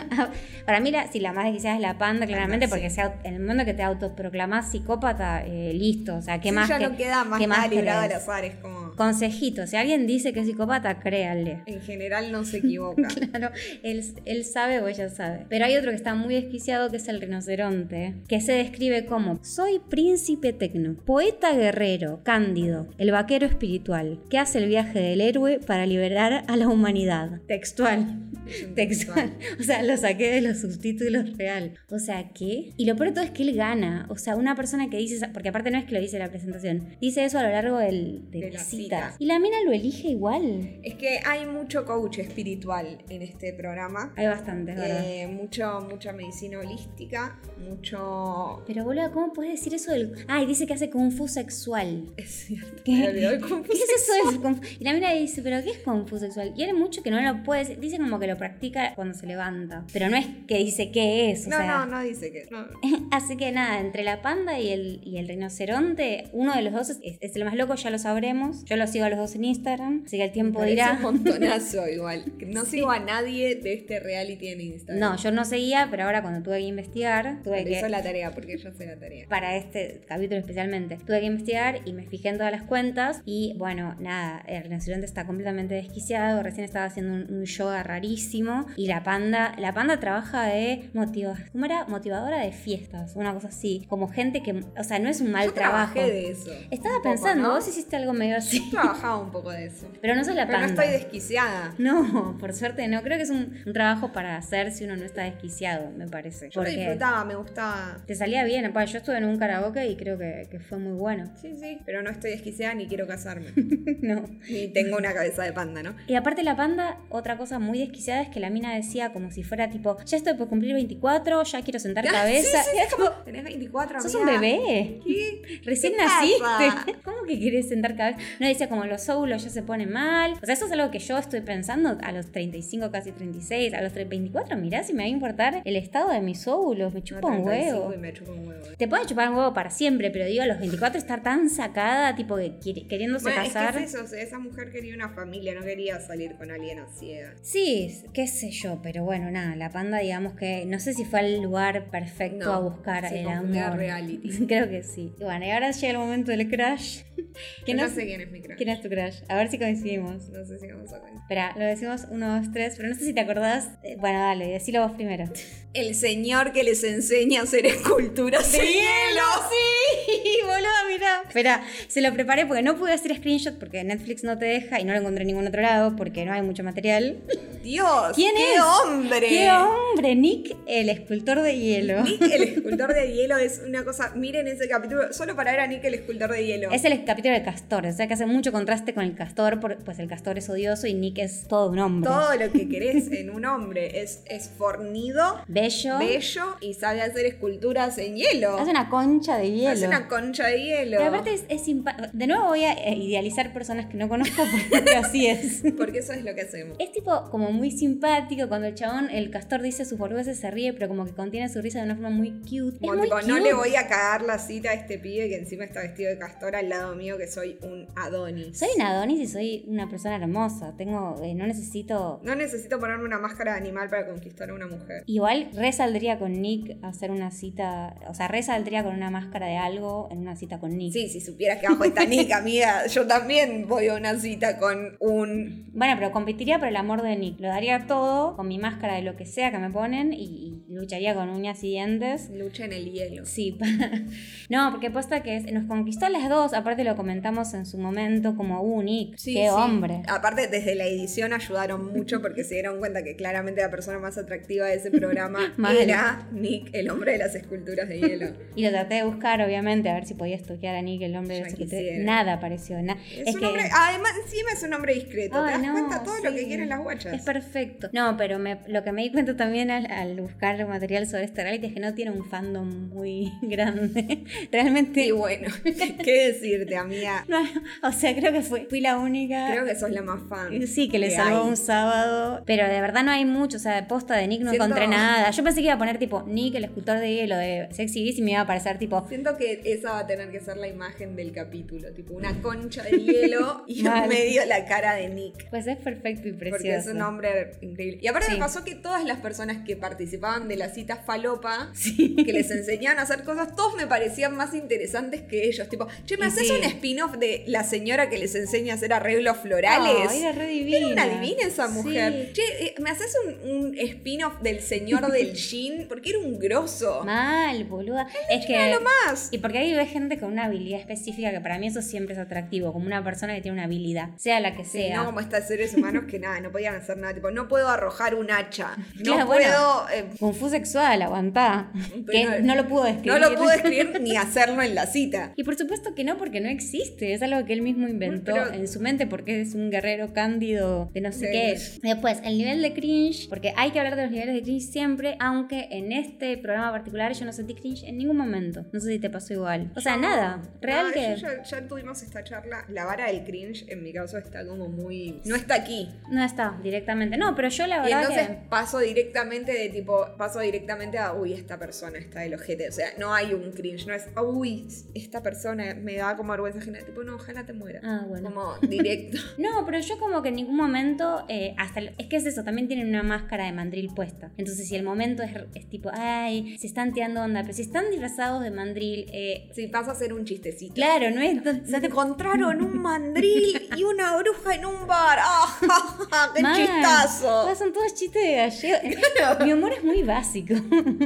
Para mí, la, si la más desquiciada es la panda, claramente,
sí.
porque sea, en el momento que te autoproclamás psicópata, eh, listo. O sea, ¿qué
Sí,
más?
ya
que-
no queda más
qué más
nada librado al
querés?
azar, es como.
Consejito, si alguien dice que es psicópata, créanle.
En general no se equivoca.
Claro, él, él sabe o ella sabe. Pero hay otro que está muy desquiciado que es el rinoceronte, que se describe como soy príncipe tecno, poeta guerrero, cándido, el vaquero espiritual, que hace el viaje del héroe para liberar a la humanidad. Textual. Textual. O sea, lo saqué de los subtítulos real. O sea, ¿qué? Y lo peor de todo es que él gana. O sea, una persona que dice, esa- porque aparte no es que lo dice en la presentación, dice eso a lo largo del, de,
De
la
la
cita.
cita.
Y la mina lo elige igual.
Es que hay mucho coach espiritual en este programa.
Hay bastante, es verdad.
Eh, mucho, mucha medicina holística, mucho...
Pero boludo, ¿cómo puedes decir eso del... Ay, dice que hace kung fu sexual.
Es cierto,
¿Qué?
me olvidó el
¿Qué
confuso.
es eso del kung fu? Y la mina dice, ¿pero qué es kung fu sexual? Y hay mucho que no lo puede decir. Dice como que lo practica cuando se levanta. Pero no es que dice qué es. O
No, no,
sea,
no dice que... no.
Así que nada, entre la panda y el, y el rinoceronte, uno de los dos es, es el más loco, ya lo sabremos. Yo lo sigo a los dos en Instagram, así que el tiempo
Parece
dirá.
un montonazo igual. No sigo a nadie de este reality en Instagram.
No, yo no seguía, pero ahora cuando tuve que investigar, tuve
Pero
que...
Eso es la tarea, porque yo sé la tarea.
para este capítulo especialmente. Tuve que investigar y me fijé en todas las cuentas y bueno, nada, el rinoceronte está completamente desquiciado, recién estaba haciendo un, un yoga rarísimo y la panda, la panda trabaja de motiva, ¿cómo era? motivadora de fiestas, una cosa así, como gente que, o sea, no es un mal
Yo
trabajo.
trabajé de eso.
Estaba
un poco,
pensando,
¿no?
vos hiciste algo medio así,
Yo trabajaba un poco de eso.
pero no sos la
Pero no
panda.
estoy desquiciada.
No, por suerte no, creo que es un, un trabajo para hacer si uno no está desquiciado, me parece.
Yo lo disfrutaba, me gustaba.
te salía bien, aparte yo estuve en un karaoke y creo que, que fue muy bueno.
Sí, sí. Pero no estoy desquiciada ni quiero casarme.
no.
ni tengo una cabeza de panda, ¿no?
Y aparte la panda, otra cosa muy desquiciada es que la mina decía como si fuera tipo, ya estoy por cumplir 24, ya quiero sentar
Ah,
cabeza.
sí, sí,
Y era como,
Tenés 24,
sos un
amiga.
bebé.
¿Qué?
Recién
¿Qué pasa?
naciste. ¿Cómo que quieres sentar cabeza? No decía como los óvulos ya se ponen mal. O sea, eso es algo que yo estoy pensando a los 35, casi 36, a los 3, 24. Mirá si me va a importar el estado de mis óvulos. Me
Yo
chupa un
35
huevo.
Y me chupa un huevo. eh.
Te puede chupar un huevo para siempre, pero digo, a los 24 estar tan sacada, tipo que quiere- queriéndose
Bueno, es que
casar.
es eso, o sea, esa mujer quería una familia, no quería salir con alguien eh. a ciegas.
Sí, qué sé yo, pero bueno, nada, la panda digamos que no sé si fue al lugar perfecto
No,
a buscar
se
el
confundió a
amor.
reality.
Creo que sí. Y bueno, y ahora llega el momento del crash.
Yo
¿Quién,
no
es,
sé quién es mi crush.
¿Quién es tu crash? A ver si coincidimos.
No sé si vamos a contar.
Espera, lo decimos uno, dos, tres, pero no sé si te acordás. Eh, Bueno, dale, decilo vos primero.
El señor que les enseña a hacer esculturas de hielo.
Sí, boludo, mirá. Espera, se lo preparé porque no pude hacer screenshot porque Netflix no te deja y no lo encontré en ningún otro lado porque no hay mucho material.
Dios,
¿Quién
qué
es?
hombre.
¡Qué hombre! Nick, el escultor de hielo.
Nick el escultor de hielo es una cosa, miren ese capítulo, solo para ver a Nick el escultor de hielo.
Es el capítulo del castor, o sea que hace mucho contraste con el castor, por- pues el castor es odioso y Nick es todo un hombre.
Todo lo que querés en un hombre es, es fornido,
Bello.
bello y sabe hacer esculturas en hielo.
Hace una concha de hielo.
Hace una concha de hielo.
Pero aparte es, es simpa- De nuevo voy a eh, idealizar personas que no conozco porque así es.
Porque eso es lo que hacemos.
Es tipo como muy simpático cuando el chabón, el castor dice sus boludeces, se ríe, pero como que contiene su risa de una forma muy cute.
Como
es muy
tipo, no
cute.
le voy a cagar la cita a este pibe que encima está vestido de castor al lado mío, que soy un Adonis.
Soy una Adonis y soy una persona hermosa. Tengo, eh, no necesito
No necesito ponerme una máscara de animal para conquistar a una mujer.
Igual resaldría con Nick a hacer una cita, o sea, resaldría con una máscara de algo en una cita con Nick.
Sí, si supieras que abajo está Nick, amiga, yo también voy a una cita con un...
Bueno, pero competiría por el amor de Nick. Lo daría todo con mi máscara de lo que sea que me ponen y, y lucharía con uñas y dientes.
Lucha en el hielo.
Sí, para- no, porque posta que es- nos conquistó a las dos, aparte lo comentamos en su momento como, uh, Nick,
Sí,
qué
sí.
hombre.
Aparte, desde la edición ayudaron mucho porque se dieron cuenta que claramente la persona más atractiva de ese programa
Mal.
era Nick, el hombre de las esculturas de hielo.
Y lo traté de buscar, obviamente, a ver si podía estoquear a Nick, el hombre
Ya
de secretario.
quisiera.
Nada apareció, nada.
Es, un hombre, además, encima es un hombre discreto.
Ay,
Te das
no,
cuenta todo lo que
sí.
quieren las guachas.
Es perfecto. No, pero me- lo que me di cuenta también al, al buscar material sobre este reality es que no tiene un fandom muy grande. Realmente,
Y bueno, ¿qué decirte, amiga?
no, o sea, creo que fui, fui la única.
Creo que sos la más fan.
Eh, Sí, que le
que
salvó
hay.
un sábado. Pero de verdad no hay mucho. O sea, de posta de Nick no
Siento-
encontré nada. Yo pensé que iba a poner tipo Nick, el escultor de hielo de Sexy Beast, y me iba a aparecer tipo
Siento que esa va a tener que ser la imagen del capítulo, tipo una concha de hielo y en
Mal.
medio la cara de Nick.
Pues es perfecto y precioso.
Porque es un hombre increíble. Y aparte
Sí.
me pasó que todas las personas que participaban de la cita falopa,
Sí.
que les enseñaban a hacer cosas, todos me parecían más interesantes que ellos. Tipo, che, ¿me
Y
haces
sí.
un spin-off de la señora que les enseña a hacer arreglos florales?
Ay, era re divina.
Era una divina esa mujer.
Sí.
Che, eh, ¿me haces un, un spin-off del señor del jean? Porque era un grosso.
Mal, boluda. Es que.
Era lo más.
Y porque ahí ves gente con una habilidad específica que para mí eso siempre es atractivo, como una persona que tiene una habilidad, sea la que
Sí,
sea.
no como estos seres humanos que nada, no podían hacer nada. Tipo, no puedo arrojar un hacha. No
Claro, bueno.
puedo. eh,
Kung Fu sexual, aguantá.
Pero-
que no lo pudo describir.
no lo puedo escribir ni hacerlo en la cita.
Y por supuesto que no, porque no existe. Es algo que él mismo inventó
Pero-
en su mente porque es un guerrero cándido de no sé
Sí.
qué. Después, el nivel de cringe, porque hay que hablar de los niveles de cringe siempre, aunque en este programa particular yo no sentí cringe en ningún momento. No sé si te pasó igual. O sea, nada. Real
No, yo-
que...
Ya, ya tuvimos esta charla. La vara del cringe, en mi caso, está como muy. No está aquí.
No está directamente. No, pero yo la
Y
verdad
entonces
que...
paso directamente de tipo, paso directamente a, uy, esta persona está del ojete. O sea, no hay un cringe, no es, uy, esta persona me da como vergüenza ajena. Tipo, no, ojalá te muera.
Ah, bueno.
Como directo.
No, pero yo como que en ningún momento, eh, hasta el- es que es eso, también tienen una máscara de mandril puesta. Entonces si el momento es, es tipo, ay, se están tirando onda, pero si están disfrazados de mandril, eh,
Si pasa a ser un chistecito.
claro, no es... tan-
Se encontraron un mandril y una bruja en un bar. ¡Ah, ja, ja, qué
Mal.
chistazo!
Ah, Son todos chistes de gallego. Mi humor es muy básico.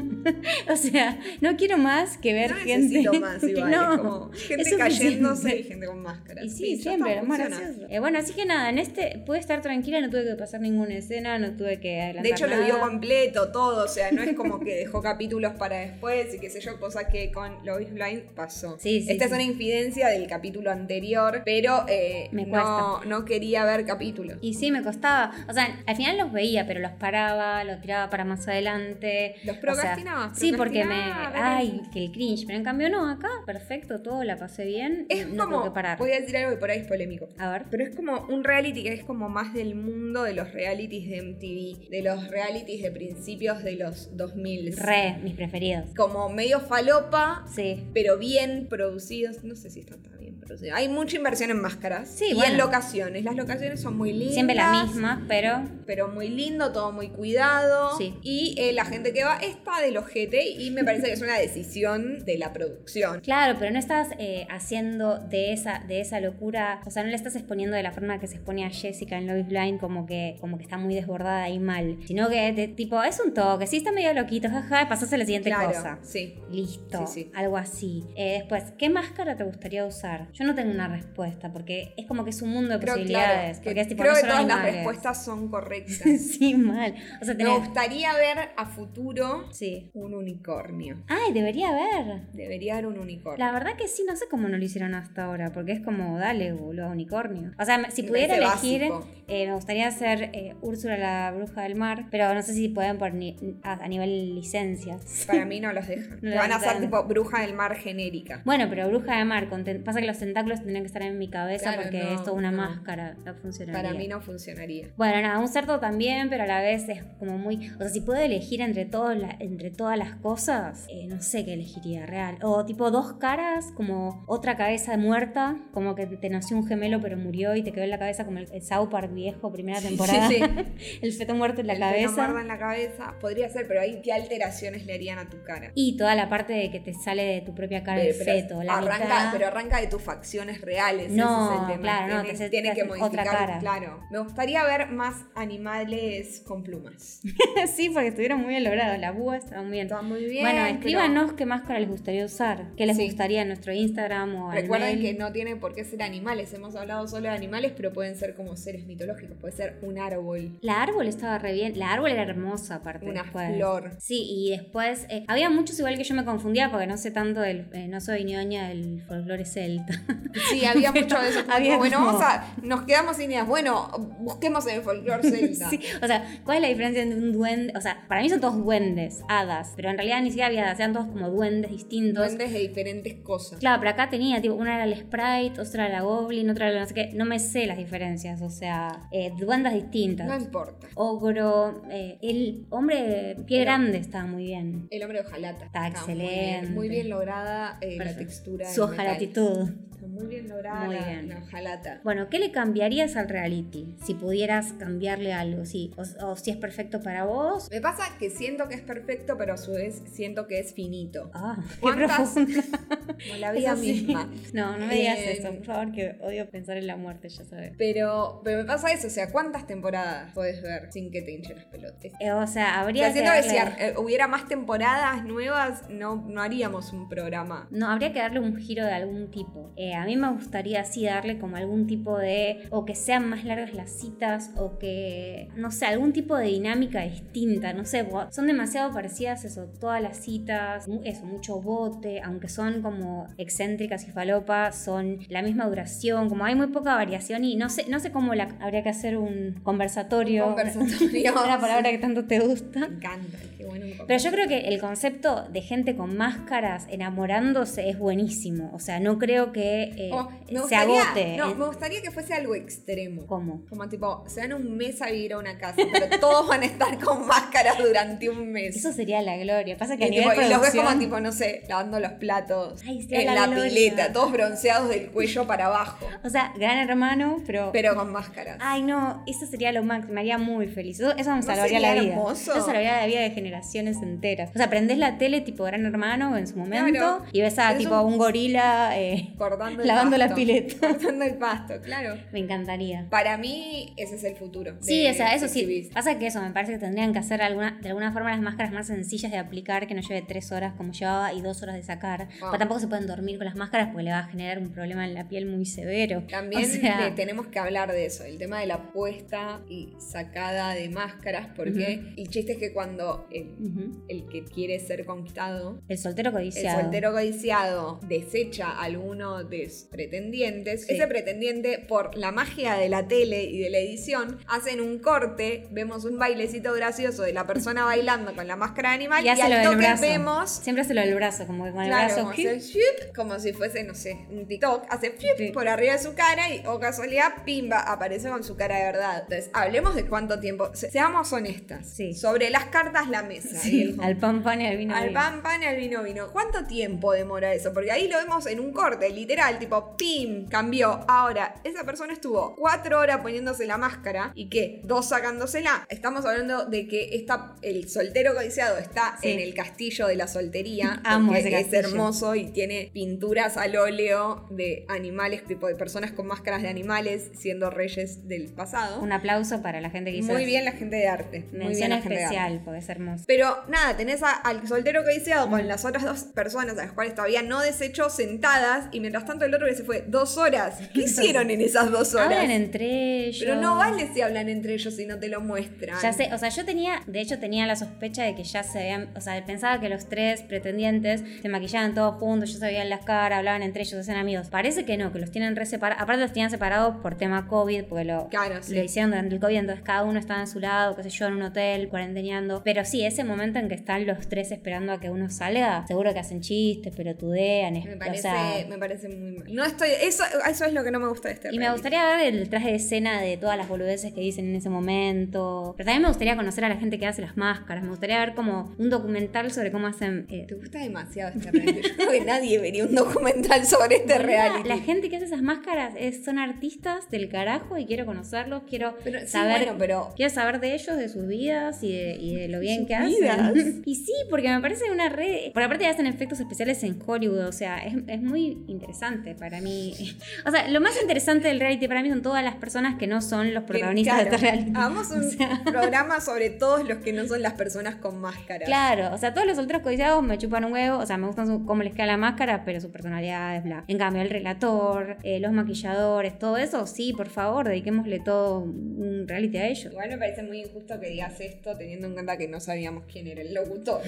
o sea, no quiero más que ver
No
gente.
necesito más, igual.
No,
es como gente
es
cayéndose y
suficiente.
gente con máscara.
Y sí,
ya
siempre,
está,
lo más
funciona.
gracioso. Eh, bueno, así que nada, en este pude estar tranquila, no tuve que pasar ninguna escena, no tuve que adelantar
De hecho, lo
nada.
vio completo, todo. O sea, no es como que dejó capítulos para después y qué sé yo, cosa que con Lois Blind pasó.
Sí, sí,
Esta es
sí.
una infidencia del capítulo anterior, pero eh,
Me
no, no quería ver capítulos.
Y sí, me costaba. O sea, al final los veía, pero los paraba, los tiraba para más adelante.
Los
O sea,
procrastinabas,
sí, porque me.
procrastinabas, ver
Ay, que el cringe. Pero en cambio, no, acá, perfecto, todo la pasé bien.
Es
no tuve
como.
que parar.
Voy a decir algo que por ahí es polémico.
A ver.
Pero es como un reality que es como más del mundo de los realities de MTV, de los realities de principios de los 2000.
Re, mis preferidos.
Como medio falopa,
Sí.
pero bien producidos. No sé si están tan bien producidos. Hay mucha inversión en máscaras
Sí,
y
bueno.
en locaciones. Las locaciones son muy lindas.
Siempre la misma, pero.
Pero muy lindo, todo muy cuidado.
Sí.
Y eh, la gente que va está del ojete y me parece que es una decisión de la producción.
Claro, pero no estás eh, haciendo de esa, de esa locura, o sea, no le estás exponiendo de la forma que se expone a Jessica en Love is Blind como que, como que está muy desbordada y mal, sino que de- tipo, es un toque, sí está medio loquito, jaja, y pasás a la siguiente
claro,
cosa.
sí.
Listo,
Sí, sí.
algo así. Eh, después, ¿qué máscara te gustaría usar? Yo no tengo una respuesta, porque es como que es un mundo de
Creo,
posibilidades.
claro, que,
porque es tipo,
creo
no
que
solo
todas las
animales.
respuestas son correctas.
sí, mal. O sea,
Me
tenés.
gustaría ver a futuro
Sí.
un unicornio.
Ay, debería haber.
Debería haber un unicornio.
La verdad que sí, no sé cómo no lo hicieron hasta ahora, porque es como, dale, boludo, unicornio. O sea, me- si
Me
pudiera
parece
elegir,
básico.
eh, me gustaría hacer eh, Úrsula la bruja del mar, pero no sé si pueden por ni- a, a nivel licencias.
Para mí no los dejan.
No
Van a
los
ser
dejan.
tipo bruja del mar genérica.
Bueno, pero bruja del mar, con ten- pasa que los tentáculos tendrían que estar en mi cabeza
Claro,
porque
no,
es toda una
no.
máscara, no funcionaría.
Para mí no funcionaría.
Bueno, nada, un cerdo también, pero a la vez es como muy... O sea, si puedo elegir entre, todos la- entre todas las cosas, eh, no sé qué elegiría, real. O tipo dos caras, como otra cabeza muerta, como que te nació un gemelo pero murió y te quedó en la cabeza como el, el South Park viejo, primera temporada.
sí.
el feto muerto en la
El que no
cabeza.
muerda en la cabeza. Podría ser, pero ahí qué alteraciones le harían a tu cara. Eh,
Y toda la parte de que te sale de tu propia cara el
Pero- pero
feto, la
arranca,
mitad.
pero arranca de tus facciones reales.
No,
ese es el tema.
claro, no,
Tiene-
te hace-
tiene
te
que
hace otra
modificar.
cara.
Claro. Me gustaría ver más animales con plumas.
sí, porque estuvieron muy bien logrados, la búa estaba muy bien.
Está muy bien.
bueno,
pero-
escríbanos qué máscara les gustaría usar, qué les
Sí.
gustaría en nuestro Instagram o al
Recuerden
mail.
que no tiene por qué ser animales. Hemos hablado solo de animales, pero pueden ser como seres mitológicos. Puede ser un árbol,
La árbol estaba re bien. La árbol era hermosa, aparte.
una
después.
flor.
Sí, y después eh, había muchos igual que yo me confundía porque no sé tanto del. eh, no soy ñoña del folclore celta. pena.
Sí, había mucho de eso. como,
Había
bueno,
como-
vamos a. Nos quedamos sin ideas. Bueno, busquemos en el folclore celta.
Sí, o sea, ¿cuál es la diferencia entre un duende? O sea, para mí son todos duendes, hadas, pero en realidad ni siquiera había hadas, eran todos como duendes distintos.
Duendes de diferentes cosas.
Claro, pero acá tenía, tipo, una era el sprite, otra era la goblin, otra era la no sé qué. No me sé las diferencias, o sea, eh, duendas distintas.
No importa.
Ogro, eh, el hombre de pie
Pero-
grande estaba muy bien.
El hombre de hojalata.
Está
muy bien,
excelente.
Muy bien, lograda eh, la
Perfecto.
textura. del
Su
metal.
latitud.
Está Muy bien lograda
Muy
la-
bien.
la hojalata.
Bueno, ¿qué le cambiarías al reality? Si pudieras cambiarle algo, sí. O, o si es perfecto para vos.
Me pasa que siento que es perfecto, pero a su vez siento que es finito.
Ah, qué
¿Cuántas?
profundo.
Como la vida
Eso sí.
misma.
No, no me digas
Eh,
eso, por favor, que odio pensar en la muerte, ya sabes.
Pero, pero me pasa eso, o sea, ¿cuántas temporadas puedes ver sin que te hinchen las pelotas?
Eh, o sea,
O
habría
sea,
que
siento que
darle...
si ar- eh, hubiera más temporadas nuevas, no, no haríamos un programa.
No, habría que darle un giro de algún tipo. Eh, a mí me gustaría así darle como algún tipo de... O que sean más largas las citas, o que... No sé, algún tipo de dinámica distinta, no sé. bo- Son demasiado parecidas eso, todas las citas, mu- eso, mucho bote, aunque son como excéntricas y falopas, son la misma duración, como hay muy poca variación y no sé, no sé cómo la, habría que hacer un conversatorio.
Conversatorio.
Una palabra que tanto te gusta.
Me encanta, qué bueno. un
Pero yo creo que el concepto de gente con máscaras enamorándose es buenísimo. O sea, no creo que eh,
Oh, me
se
gustaría,
agote.
No,
Eh,
me gustaría que fuese algo extremo.
¿Cómo?
Como tipo, se van un mes a vivir a una casa, pero todos van a estar con máscaras durante un mes.
Eso sería la gloria. Pasa que a
Y,
nivel
tipo, y los ves
producción-
como tipo, no sé, lavando los platos
Ay, sí,
en
la
la,
gloria.
pileta, todos bronceados del cuello para abajo,
O sea, gran hermano, pero...
pero con máscaras.
Ay, no, eso sería lo máximo, me haría muy feliz. Eso, eso me
¿No
salvaría
sería
la vida.
hermoso?
Eso salvaría la vida de generaciones enteras. O sea, prendés la tele tipo Gran Hermano en su momento
Claro.
y ves a
Es
tipo
un-
un gorila eh,
Cortando el
lavando la
pasto.
pileta.
Cortando el pasto, claro.
Me encantaría.
Para mí, ese es el futuro. de
Sí, o sea, eso sí.
exhibir.
Pasa que eso, me parece que tendrían que hacer alguna, de alguna forma las máscaras más sencillas de aplicar, que no lleve tres horas como llevaba y dos horas de sacar.
Wow.
Pero tampoco se pueden dormir con las máscaras porque le va a generar un problema en la piel muy severo.
También
O sea,
eh, tenemos que hablar de eso, el tema de la puesta y sacada de máscaras, porque el chiste es que cuando el,
ujú.
el que quiere ser conquistado,
El soltero
el
codiciado.
soltero codiciado desecha a alguno de sus pretendientes,
Sí.
ese pretendiente, por la magia de la tele y de la edición, hacen un corte, vemos un bailecito gracioso de la persona bailando con la máscara de animal
Y
y,
hace lo
al
del
toque
brazo.
vemos
Siempre hace lo del brazo, como que con el
Claro,
brazo.
como, hacer fiup, como si fuese, no sé, un TikTok, hace fiup
Sí.
por arriba de su cara y, o casualidad, pimba, aparece con su cara de verdad. Entonces, hablemos de cuánto tiempo. se- seamos honestas.
Sí.
Sobre las cartas, la mesa.
Sí,
viejo.
al pan pan y al vino.
Al
vino.
pan, pan, al vino, vino. ¿Cuánto tiempo demora eso? Porque ahí lo vemos en un corte, literal, tipo, pim, cambió. Ahora, esa persona estuvo cuatro horas poniéndose la máscara y que dos sacándosela. Estamos hablando de que está, el soltero codiciado está
Sí.
en el castillo de la soltería.
Amo
porque
ese
es
castillo.
hermoso y tiene pinturas al óleo de animales, tipo de personas con máscaras de animales siendo reyes del pasado.
Un aplauso para la gente que hizo
Muy
eso.
bien la gente de arte. Muy bien
Mención
la gente de arte.
especial, porque es hermoso.
Pero nada, tenés a- al soltero codiciado con las otras dos personas a las cuales todavía no desechó sentadas y mientras tanto el otro que se fue dos horas. ¿Qué hicieron en esas dos horas?
Hablan entre ellos.
Pero no vale si hablan entre ellos si no te lo muestran.
Ya sé, o sea, yo tenía, de hecho tenía la sospecha de que ya se habían, o sea, pensaba que los tres pretendientes se maquillaban todos juntos, ya se veían las caras, hablaban entre ellos, hacían amigos. Parece que no, que los tienen re separados, aparte los tenían separados por tema COVID, porque lo,
Claro, sí.
lo hicieron durante el COVID, entonces cada uno estaba en su lado, qué sé yo, en un hotel, cuarenteneando. Pero sí, ese momento en que están los tres esperando a que uno salga, seguro que hacen chistes, pero tudean, es-
Me
o
parece,
sea...
me parece muy mal. No estoy. Eso, eso es lo que no me gusta de este
Y me
reality.
gustaría ver el traje de escena de todas las boludeces que dicen en ese momento. Pero también me gustaría conocer a la gente que hace las máscaras. Me gustaría ver como un documental sobre cómo hacen... eh,
Te gusta demasiado este reality. Yo creo que nadie vería un documental sobre este
boluda,
reality.
La gente que hace esas máscaras es- son artistas del carajo y quiero conocerlos, quiero
Pero, sí,
saber...
bueno, pero-
Quiero saber de ellos, de sus vidas y de, y de lo bien
sus
que
vidas.
hacen. Y sí, porque me parece una red... Por aparte hacen efectos especiales en Hollywood, o sea, es, es muy interesante para mí. O sea, lo más interesante del reality para mí son todas las personas que no son los protagonistas
Claro, Ah,
de este reality.
Hagamos un
O sea,
programa sobre todos los que no son las personas con máscaras.
Claro, o sea, todos los solteros codiciados me chupan un huevo, o sea, me gustan su- cómo les queda la máscara, pero su personalidad es bla. En cambio, el relator, eh, los maquilladores, todo eso, sí, por favor, dediquémosle todo un reality a ellos.
Igual me parece muy injusto que digas esto teniendo en cuenta que no sabíamos quién era el locutor.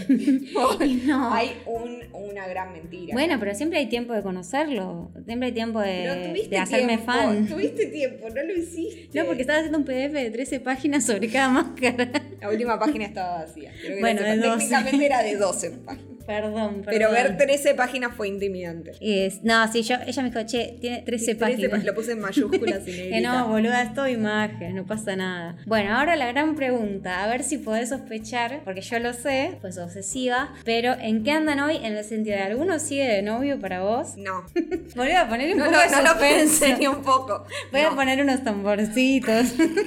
No.
Hay un- una gran mentira.
Bueno, pero siempre hay tiempo de conocerlos. hacerlo. Siempre hay tiempo
Pero
de,
tuviste
eh, de hacerme
tiempo,
fan.
Tuviste tiempo, no lo hiciste.
No, porque estaba haciendo un PDF de 13 páginas sobre cada máscara.
La última página estaba vacía. Creo que
Bueno,
era
de
sepa-
12.
Técnicamente era de 12 páginas.
Perdón, perdón.
Pero ver 13 páginas fue intimidante.
Es- no, sí, yo, ella me dijo, che, tiene
13
13 páginas.
pá- Lo puse en mayúsculas y
Que
negrita.
no, boluda, es toda imagen, no pasa nada. Bueno, ahora la gran pregunta, a ver si podés sospechar, porque yo lo sé, pues obsesiva, pero ¿en qué andan hoy? En el sentido de alguno sigue de novio para vos.
No,
Boluda, poner un
no,
poco
lo-
de
no lo
suspenso.
pensé ni un poco.
Voy
No.
a poner unos tamborcitos.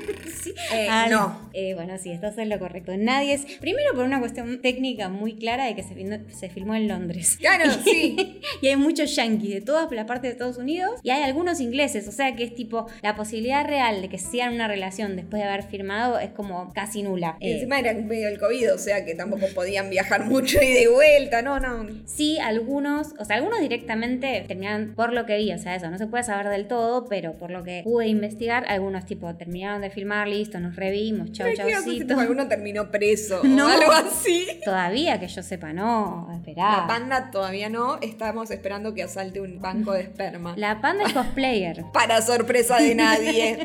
Eh,
Ah,
no.
Eh, bueno, sí, estás en lo correcto. Nadie es. Primero por una cuestión técnica muy clara de que se, fin- se filmó en Londres.
Claro, sí.
y hay muchos yanquis de todas las partes de Estados Unidos y hay algunos ingleses. O sea que es tipo la posibilidad real de que sean una relación después de haber firmado es como casi nula.
Y
Eh,
encima era medio el COVID, o sea que tampoco podían viajar mucho y de vuelta, no, no.
Sí, algunos, o sea, algunos directamente terminaron por lo que vi, o sea, eso no se puede saber del todo, pero por lo que pude investigar, algunos tipo terminaron de filmar, listo, nos revimos, chau,
Ay, ¿qué iba a hacer? Tipo,
chaucito.
alguno terminó preso
No.
o algo así.
Todavía que yo sepa, no,
La
esperá.
panda todavía no, estamos esperando que asalte un banco de esperma.
La panda es cosplayer.
Para sorpresa de nadie.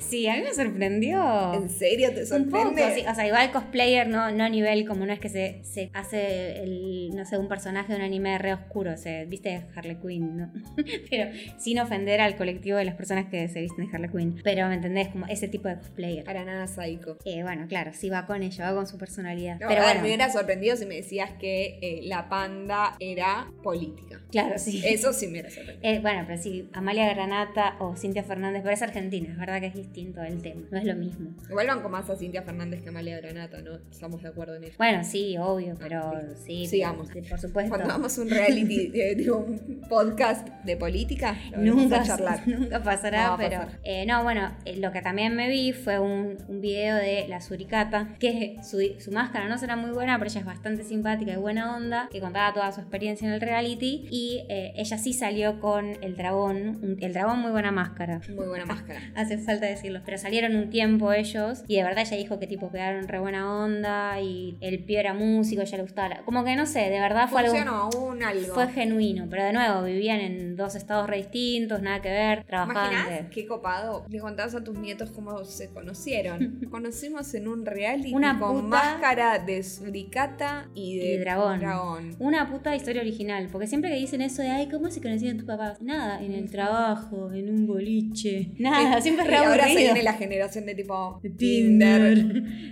Sí, a mí me sorprendió.
¿En serio te
Un poco,
sorprende?
sí. O sea, igual cosplayer no, no a nivel como no es que se, se hace, el, no sé, un personaje de un anime re oscuro, se viste de Harley Quinn, ¿no? Pero sin ofender al colectivo de las personas que se visten de Harley Quinn. Pero, ¿me entendés? Como ese tipo de cosplayer.
Para nada psycho.
Eh, bueno, claro, sí va con ella, va con su personalidad.
No,
Pero
a ver,
bueno,
me hubiera sorprendido si me decías que eh, la panda era política.
claro, sí.
Eso sí me hubiera sorprendido.
Eh, bueno, pero sí, Amalia Granata o Cintia Fernández, pero es argentina, es verdad que es distinto el tema, no es lo mismo.
Igual van con más a Cintia Fernández que a Amalia Granata, ¿no? Estamos de acuerdo en eso.
Bueno, sí, obvio, pero sí.
Ah, Sigamos.
sí, Por supuesto.
Cuando hagamos un reality, eh, digo, un podcast de política, lo volvemos
Nunca,
a charlar.
nunca pasará,
No va a
pero
pasar.
eh, no, bueno, eh, lo que también me vi fue un, un video de la suricata, que su, su máscara no será muy buena, pero ella es bastante simpática y buena onda, que contaba toda su experiencia en el reality y eh, ella sí salió con el dragón, un- el dragón muy buena máscara.
Muy buena máscara.
Hace falta decirlo. Pero salieron un tiempo ellos y de verdad ella dijo que tipo quedaron re buena onda y el pío era músico, ella le gustaba. la- Como que no sé, de verdad Ah, fue algo...
Funcionó un algo.
Fue genuino, pero de nuevo, vivían en dos estados re distintos, nada que ver, trabajaban.
¿Imaginás?
de-
Qué copado. Le contabas a tus nietos cómo se conocieron. Conocimos en un reality
Una
con
puta-
máscara de suricata y de
Y dragón.
dragón.
Una puta historia original, porque siempre que dicen eso de, ay, ¿cómo se conocieron tus papás? Nada, en el trabajo, en un boliche, nada, Ah, siempre es
y
re
ahora se
aburrido.
viene la generación de tipo
Tinder,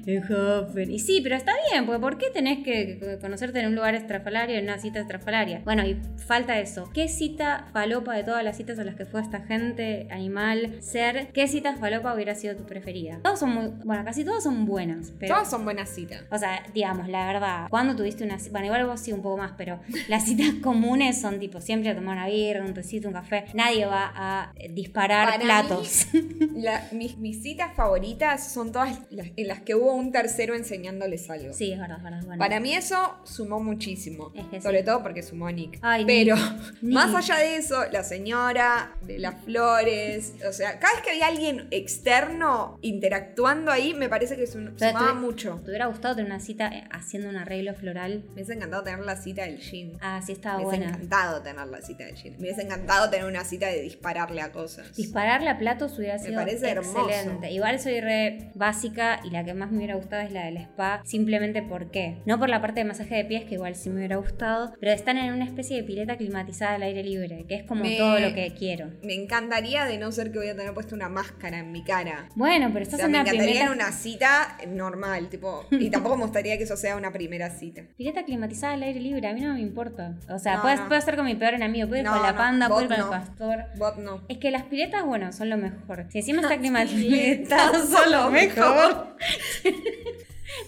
en Hopper. Y sí, pero está bien, porque ¿por qué tenés que conocerte en un lugar estrafalario, en una cita estrafalaria? Bueno, y falta eso. ¿Qué cita falopa de todas las citas a las que fue esta gente, animal, ser? ¿Qué cita falopa hubiera sido tu preferida? Todas son muy, bueno, casi todas son buenas, pero...
Todas son buenas citas.
O sea, digamos, la verdad, cuando tuviste una cita, bueno, igual vos sí un poco más, pero las citas comunes son tipo siempre a tomar una birra, un tecito, un café. Nadie va a eh, disparar
Para mí,
platos.
La- mis, mis citas favoritas son todas las, en las que hubo un tercero enseñándoles algo.
sí, es verdad, es verdad. es verdad.
Para mí eso sumó muchísimo.
Es que
sobre
sí.
todo porque sumó a Nick.
Ay,
Pero
Nick.
más allá de eso, la señora, de las flores, o sea, cada vez que había alguien externo interactuando ahí, me parece que sum-
sea,
sumaba
tuve-
mucho.
¿Te hubiera gustado tener una cita eh, haciendo un arreglo floral?
Me hubiese encantado tener la cita del gym.
Ah, sí, estaba
me hubiese
buena.
encantado tener la cita del gym. Me hubiese encantado tener una cita de dispararle a cosas.
Dispararle a platos hubiera sido
parece hermoso.
excelente. Igual soy re básica y la que más me hubiera gustado es la del spa, simplemente porque. No por la parte de masaje de pies, que igual sí me hubiera gustado, pero están en una especie de pileta climatizada al aire libre, que es como
Me-
todo lo que quiero.
me encantaría de no ser que voy a tener puesta una máscara en mi cara.
Bueno, pero
O
estás
sea,
en
me
una
encantaría
pileta,
en una cita normal, tipo. Y tampoco me gustaría que eso sea una primera cita.
pileta climatizada al aire libre, a mí no me importa. O sea,
No,
puedes,
no.
puedes estar con mi peor enemigo, puedes
No,
con la
no,
panda,
vos
puedes con
no.
el pastor.
Bot no.
Es que las piletas, bueno, son lo mejor. Si encima está climatizada,
piletas
son lo mejor.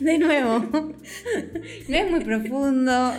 De nuevo. No es muy profundo.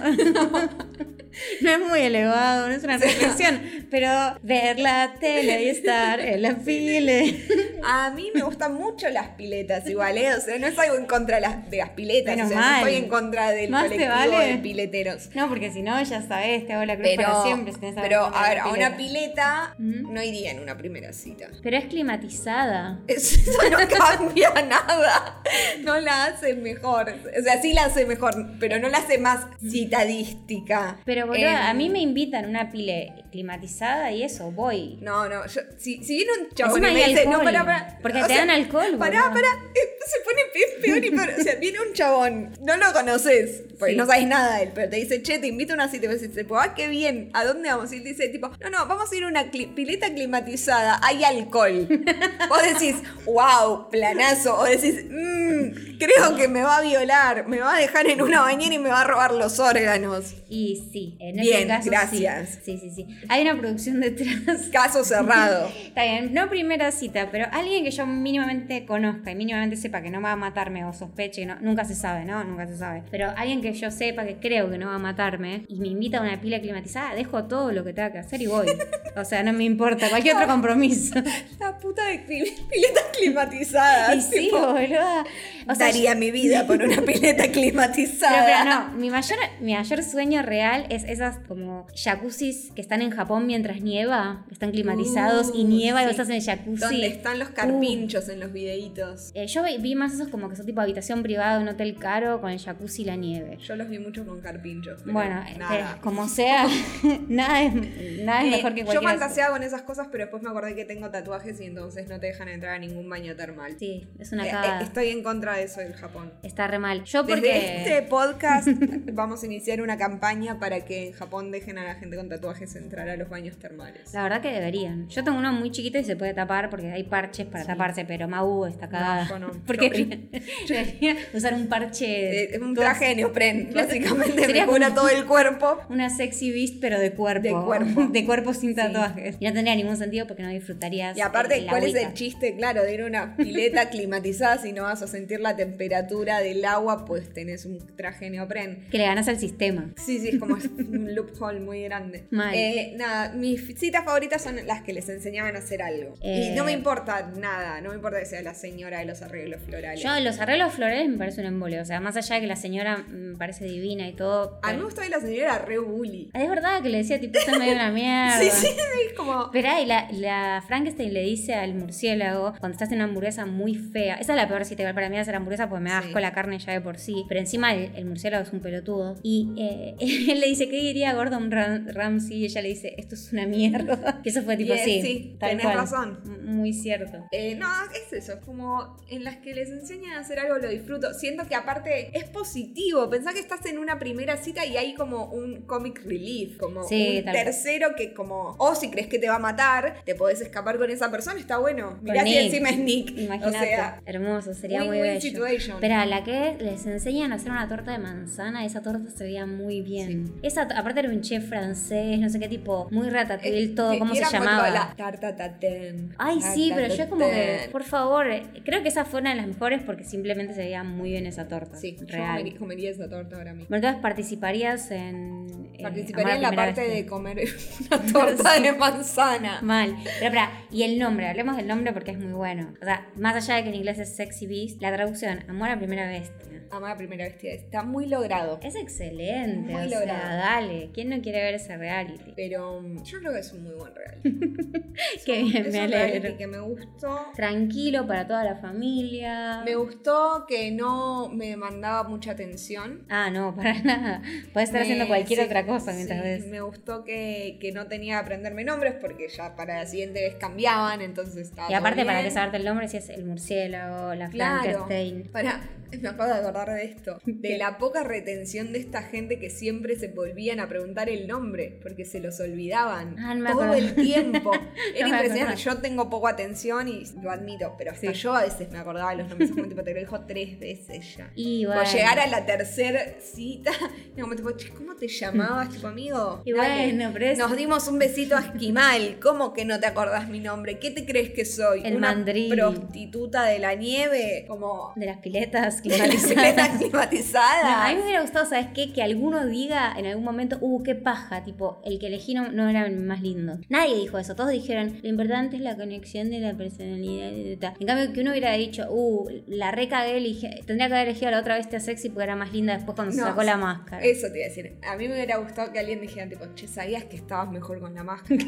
No es muy elevado, no es una reflexión. Pero ver la tele y estar en la pile.
A mí me gustan mucho las piletas igual, ¿eh? O sea, no es algo en contra de las, de las piletas.
Menos
o sea,
mal.
no estoy en contra del
Más te
colectivo
vale.
de pileteros.
No, porque si no, ya sabes, te hago la cruz
Pero,
para siempre. si tenés
pero
alguna
a ver, a una
pileta. Mm.
pileta
Ujú.
no iría en una primera cita.
Pero es climatizada.
Eso no cambia nada. No la hace mejor. O sea, sí la hace mejor, pero no la hace más citadística.
Mm. Pero boludo,
Em,
a mí me invitan a una pile alcoholizada y eso, voy.
No, no, yo, si, si viene un chabón
Encima
y me
hay
dice, no,
alcohol,
pará, pará.
porque
o
te dan alcohol,
Pará,
boludo.
pará. eh, Se pone pe- peor y peor. O sea, viene un chabón, no lo conoces, porque
Sí.
no sabes nada de él, pero te dice, che, te invito a una cita. Y vos dices, ah, qué bien, ¿a dónde vamos? Y él dice, tipo, no, no, vamos a ir a una cli- pileta climatizada, hay alcohol. Vos decís, wow, planazo. O decís, mmm, creo que me va a violar, me va a dejar en una bañera y me va a robar los órganos.
Y sí, en
Bien,
este caso
gracias.
sí. Sí, sí, sí. Hay una producción detrás.
Caso cerrado.
Está bien, no primera cita, pero alguien que yo mínimamente conozca y mínimamente sepa que no va a matarme o sospeche, que no, nunca se sabe, ¿no? Nunca se sabe. Pero alguien que yo sepa que creo que no va a matarme y me invita a una pila climatizada, dejo todo lo que tenga que hacer y voy. O sea, no me importa, cualquier otro compromiso.
La puta de cli- piletas climatizadas.
Y sí,
Ah, tipo,
boluda. O sea,
daría mi vida por una pileta
Pero,
climatizada.
pero no, mi mayor, mi mayor sueño real es esas como jacuzzis que están en Japón mientras nieva, que están climatizados y
Uh,
nieva y
sí.
vos estás en el jacuzzi.
Donde están
Uh.
los carpinchos en los videitos.
Eh, yo vi, vi más esos como que son tipo habitación privada de un hotel caro con el jacuzzi y la nieve.
Yo los vi mucho con carpinchos. pero
Bueno,
nada.
eh, como sea, nada es, nada es
Eh,
mejor que
yo
cualquier
fantaseaba con esas cosas, pero después me acordé que tengo tatuajes y entonces no te dejan entrar a ningún baño termal.
Sí, es una
Eh, eh,
cagada.
estoy en contra de eso del Japón.
Está re mal. Yo
Desde
porque...
este podcast vamos a iniciar una campaña para que en Japón dejen a la gente con tatuajes entrar a los baños termales.
La verdad que deberían. Yo tengo uno muy chiquito y se puede tapar porque hay parches para taparse, pero Mau está cagada.
yo no.
Porque
Yo-
debería usar un parche.
Eh, Es un traje de neopren, básicamente me
Sería
cubra
como-
todo el cuerpo.
Una sexy beast, pero de cuerpo.
De cuerpo.
De cuerpo sin
Sí.
tatuajes. Y no tendría ningún sentido porque no disfrutarías.
Y aparte,
eh, la
¿cuál es
agüita.
el chiste? Claro, de ir a una pileta climatizada si no vas a sentir la temperatura del agua, pues tenés un traje neopren.
Que le ganas al sistema.
Sí, sí, es como un loophole muy grande.
Mal.
Eh, nada, mis citas favoritas son las que les enseñaban a hacer algo.
Eh.
Y no me importa nada, no me importa que sea la señora de los arreglos florales.
Yo, los arreglos florales me parece un embole. O sea, más allá de que la señora me parece divina y todo.
a mí me
pero-
gustaba que la señora era re bully.
Es verdad que le decía, tipo, usted me dio una mierda.
Sí, sí, sí, es como...
Esperá, y la, la Frankenstein le dice al murciélago, cuando estás en una hamburguesa muy fea, esa es la peor cita igual para mí hacer hamburguesa porque me da
Sí.
asco la carne ya de por sí, pero encima el, el murciélago es un pelotudo. Y eh, él le dice, ¿qué diría Gordon Ram- Ramsay? Y ella le dice, esto es una mierda. Que eso fue tipo,
Y es,
sí,
sí,
tal
tenés
cual.
razón.
M- Muy cierto.
Eh, no, es eso, es como en las que les enseñan a hacer algo lo disfruto. Siento que aparte es positivo. Pensá que estás en una primera cita y hay como un comic relief, como
Sí,
un
tal cual.
tercero que como, o si crees que te va a matar, te podés escapar con esa persona, está bueno. Mirá
Con
si
Nick.
encima es Nick.
Imagínate.
O sea,
Hermoso, sería muy
win-win
bello.
situation.
Pero a la que les enseñan a hacer una torta de manzana, esa torta se veía muy bien. Esa, t- aparte era un chef francés, no sé qué tipo, muy ratatouille,
eh,
todo,
que-
¿cómo
y
se
era como
llamaba?
toda la tarta tatén.
Ay, sí,
tarta
pero yo es como que,
tatén.
por favor, creo que esa fue una de las mejores porque simplemente se veía muy bien esa torta.
Sí, yo
real.
me comería esa torta ahora mismo.
Bueno, entonces participarías en. eh,
Participaría en
Amar a
la
Primera
parte de
Vista.
comer una torta de manzana.
Mal. Pero, pará, y el nombre, hablemos del nombre porque es muy bueno. O sea, más allá de que en inglés es Sexy Beast, la traducción, Amor a Primera Bestia.
Amada la primera bestia. Está muy logrado.
Es excelente,
Muy
o sea,
logrado.
dale. ¿Quién no quiere ver ese reality?
Pero um, yo creo que es un muy buen real.
Qué bien,
es
me
un
alegro.
reality que me gustó.
Tranquilo para toda la familia.
Me gustó que no me demandaba mucha atención.
Ah, no, para nada. Puedes estar
Me-
haciendo cualquier
sí,
otra cosa mientras
sí,
ves.
Me gustó que, que no tenía que aprenderme nombres porque ya para la siguiente vez cambiaban, entonces estaba.
Y
todo
aparte, para
bien.
que saberte el nombre, si es el murciélago, la
Claro.
Frankenstein.
Para, me acabo de acordar de esto. De la poca retención de esta gente que siempre se volvían a preguntar el nombre porque se los olvidaban
Ah, no me
todo
acordaba.
el tiempo. Era
No me acordaba.
impresionante. Yo tengo poco atención y lo admito, pero hasta
Sí.
yo a veces me acordaba de los nombres. Es Como tipo, te lo dijo tres veces ya.
Y
Cuando
bueno.
llegar a la tercera cita, era como tipo, "Che, ¿cómo te llamabas, tipo amigo?
Y
Dale".
bueno, pero es-
Nos dimos un besito a esquimal. ¿Cómo que no te acordás mi nombre? ¿Qué te crees que soy?
El
¿Una
mandril.
prostituta de la nieve? Como
De las piletas
bicicleta
climatizadas. No, a
climatizada.
mí me hubiera gustado, ¿sabes qué? Que alguno diga en algún momento, uh, qué paja, tipo, el que elegí no, no era el más lindo. Nadie dijo eso, todos dijeron, lo importante es la conexión de la personalidad. y tal. En cambio, que uno hubiera dicho, uh, la recagué, elige- tendría que haber elegido a la otra bestia sexy porque era más linda después cuando
No,
se sacó la máscara.
Eso te iba a decir. A mí me hubiera gustado que alguien dijera, tipo, che, ¿sabías que estabas mejor con la máscara?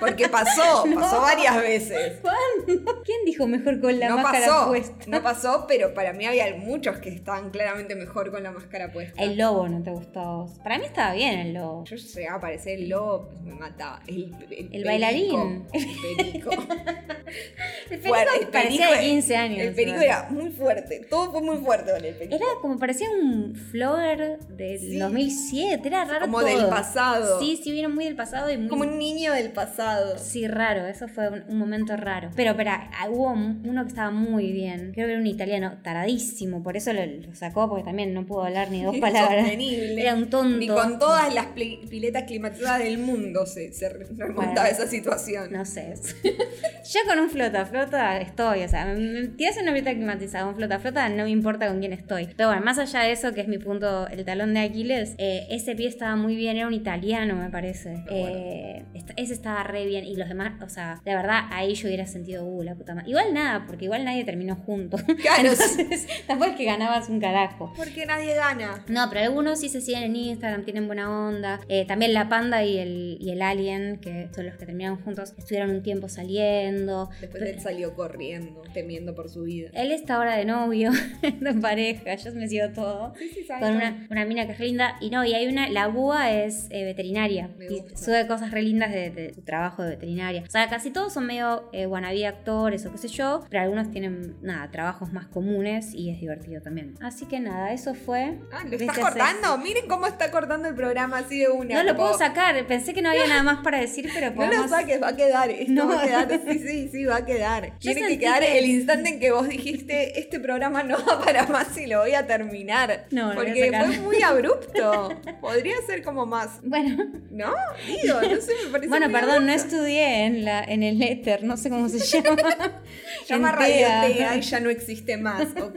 Porque pasó, pasó varias veces.
¿Cuándo? ¿Quién dijo mejor con la
no
máscara
pasó,
puesta?
no pasó, pero para para mí había muchos que estaban claramente mejor con la máscara puesta.
El lobo no te gustó. a vos. Para mí estaba bien el lobo.
Yo llegaba a aparecer el lobo, pues, me mataba. El,
El bailarín.
perico, El perico.
El perico
Fuerte, el
parecía
perico
de 15 años.
El perico
¿verdad?
era muy fuerte. Todo fue muy fuerte con el perico.
Era como parecía un flower del
Sí.
2007, era raro
Como
todo.
del pasado.
Sí, sí, vieron muy del pasado y muy...
Como un niño del pasado.
Sí, raro, eso fue un, un momento raro. Pero, espera, ah, hubo un- uno que estaba muy bien. Creo que era un italiano taradísimo, por eso lo, lo sacó, porque también no pudo hablar ni dos palabras.
Insostenible.
Era un tonto.
Ni con todas las pli- piletas climatizadas del mundo se, se remontaba
Bueno.
esa situación.
No sé. Yo con un flota flota estoy, o sea, me- me tiras en una pileta climatizada, un flota flota, no me importa con quién estoy. Pero bueno, más allá de eso, que es mi punto, el talón de Aquiles, eh, ese pie estaba muy bien, era un italiano, me parece. Eh, esta- ese estaba re bien y los demás, o sea, de verdad, ahí yo hubiera sentido, uh, la puta madre. Igual nada, porque igual nadie terminó junto.
Claro,
Entonces, tampoco es que ganabas un carajo.
porque nadie gana.
No, pero algunos sí se siguen en Instagram, tienen buena onda. Eh, también la panda y el, y el alien, que son los que terminaron juntos, estuvieron un tiempo saliendo.
Después él salió corriendo, temiendo por su vida.
Él está ahora de novio, de pareja, yo me sigo todo.
Sí, sí, sabe
Con
todo.
una, una mina que es linda. Y no, y hay una, la búa es eh, veterinaria.
Me
Y
gusta.
sube cosas re lindas de, de su trabajo de veterinaria. O sea, casi todos son medio eh, wannabe actores o qué sé yo. Pero algunos tienen, nada, trabajos más comunes y es divertido también. Así que nada, eso fue.
Ah, ¿lo estás
Bestia
cortando? Miren cómo está cortando el programa así de una.
No lo
como,
puedo sacar, pensé que no había nada más para decir, pero
No
podemos...
lo saques, va a quedar. Esto
No.
va a quedar. Sí, sí, sí, va a quedar. Tiene que
sentí
quedar
que-
el instante en que vos dijiste, este programa no va para más y lo voy a terminar.
No, lo voy a
Porque
sacar.
fue muy abrupto. Podría ser como más.
Bueno,
¿No? Digo, no sé, me parece.
bueno,
muy
perdón,
abrupto.
no estudié en la en el éter, no sé cómo se llama.
Llama
En
Radio
TEA.
TEA y ya no existe más, ¿ok?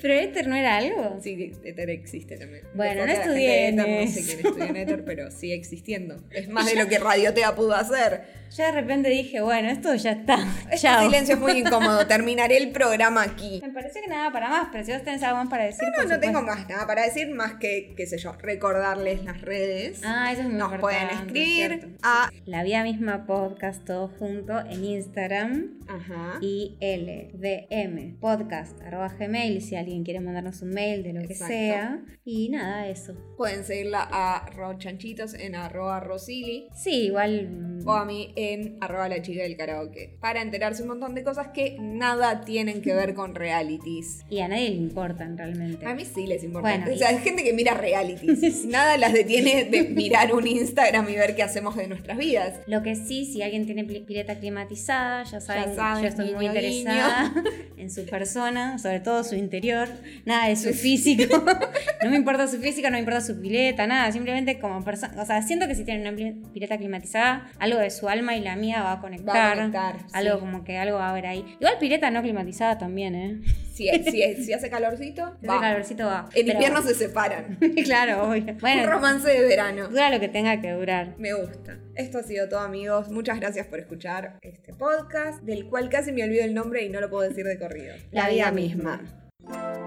Pero éter no era algo.
Sí, Ether existe también.
Bueno,
Después
no
la gente de
estudié en
Ether, No sé
eso.
quién estudió en Ether, pero sigue existiendo. Es más de lo que Radio TEA pudo hacer.
Yo de repente dije, bueno, esto ya está.
Este
Chao.
silencio es muy incómodo. Terminaré el programa aquí.
Me pareció que nada para más, pero si vos tenés algo más para decir.
No,
por
no tengo
supuesto.
más nada para decir, más que, qué sé yo, recordarles las redes.
Ah, eso es muy
Nos pueden
importante,
escribir
cierto.
a.
La vida misma podcast todo junto en Instagram.
Ajá.
y LDM podcast arroba gmail si alguien quiere mandarnos un mail de lo que
Exacto.
sea y nada eso
Pueden seguirla a rochanchitos en arroba rosili.
sí igual mm,
o a mí en arroba la chica del karaoke para enterarse un montón de cosas que nada tienen que ver con realities.
y a nadie le importan realmente
A mí sí les importa.
Bueno,
o sea,
y-
hay gente que mira realities. Nada las detiene de mirar un Instagram y ver qué hacemos de nuestras vidas.
lo que sí, si alguien tiene pli- pileta climatizada, ya saben,
saben,
yo estoy muy
guiño, guiño.
interesada en su persona, sobre todo su interior, nada de su físico. no me importa su físico, no me importa su pileta, nada, simplemente como persona. O sea, siento que si tienen una pli- pileta climatizada, algo de su alma y la mía va a conectar.
conectar,
algo
sí.
como que algo va a haber ahí. Igual pileta no climatizada también, ¿eh?
Si, si- si hace calorcito,
Ese
va.
calorcito va.
En
Pero-
invierno se separan.
claro, obvio.
Un
Bueno,
romance de verano.
dura lo que tenga que durar.
Me gusta. Esto ha sido todo, amigos. Muchas gracias por escuchar este podcast, del cual casi me olvido el nombre y no lo puedo decir de corrido.
La vida misma.
misma.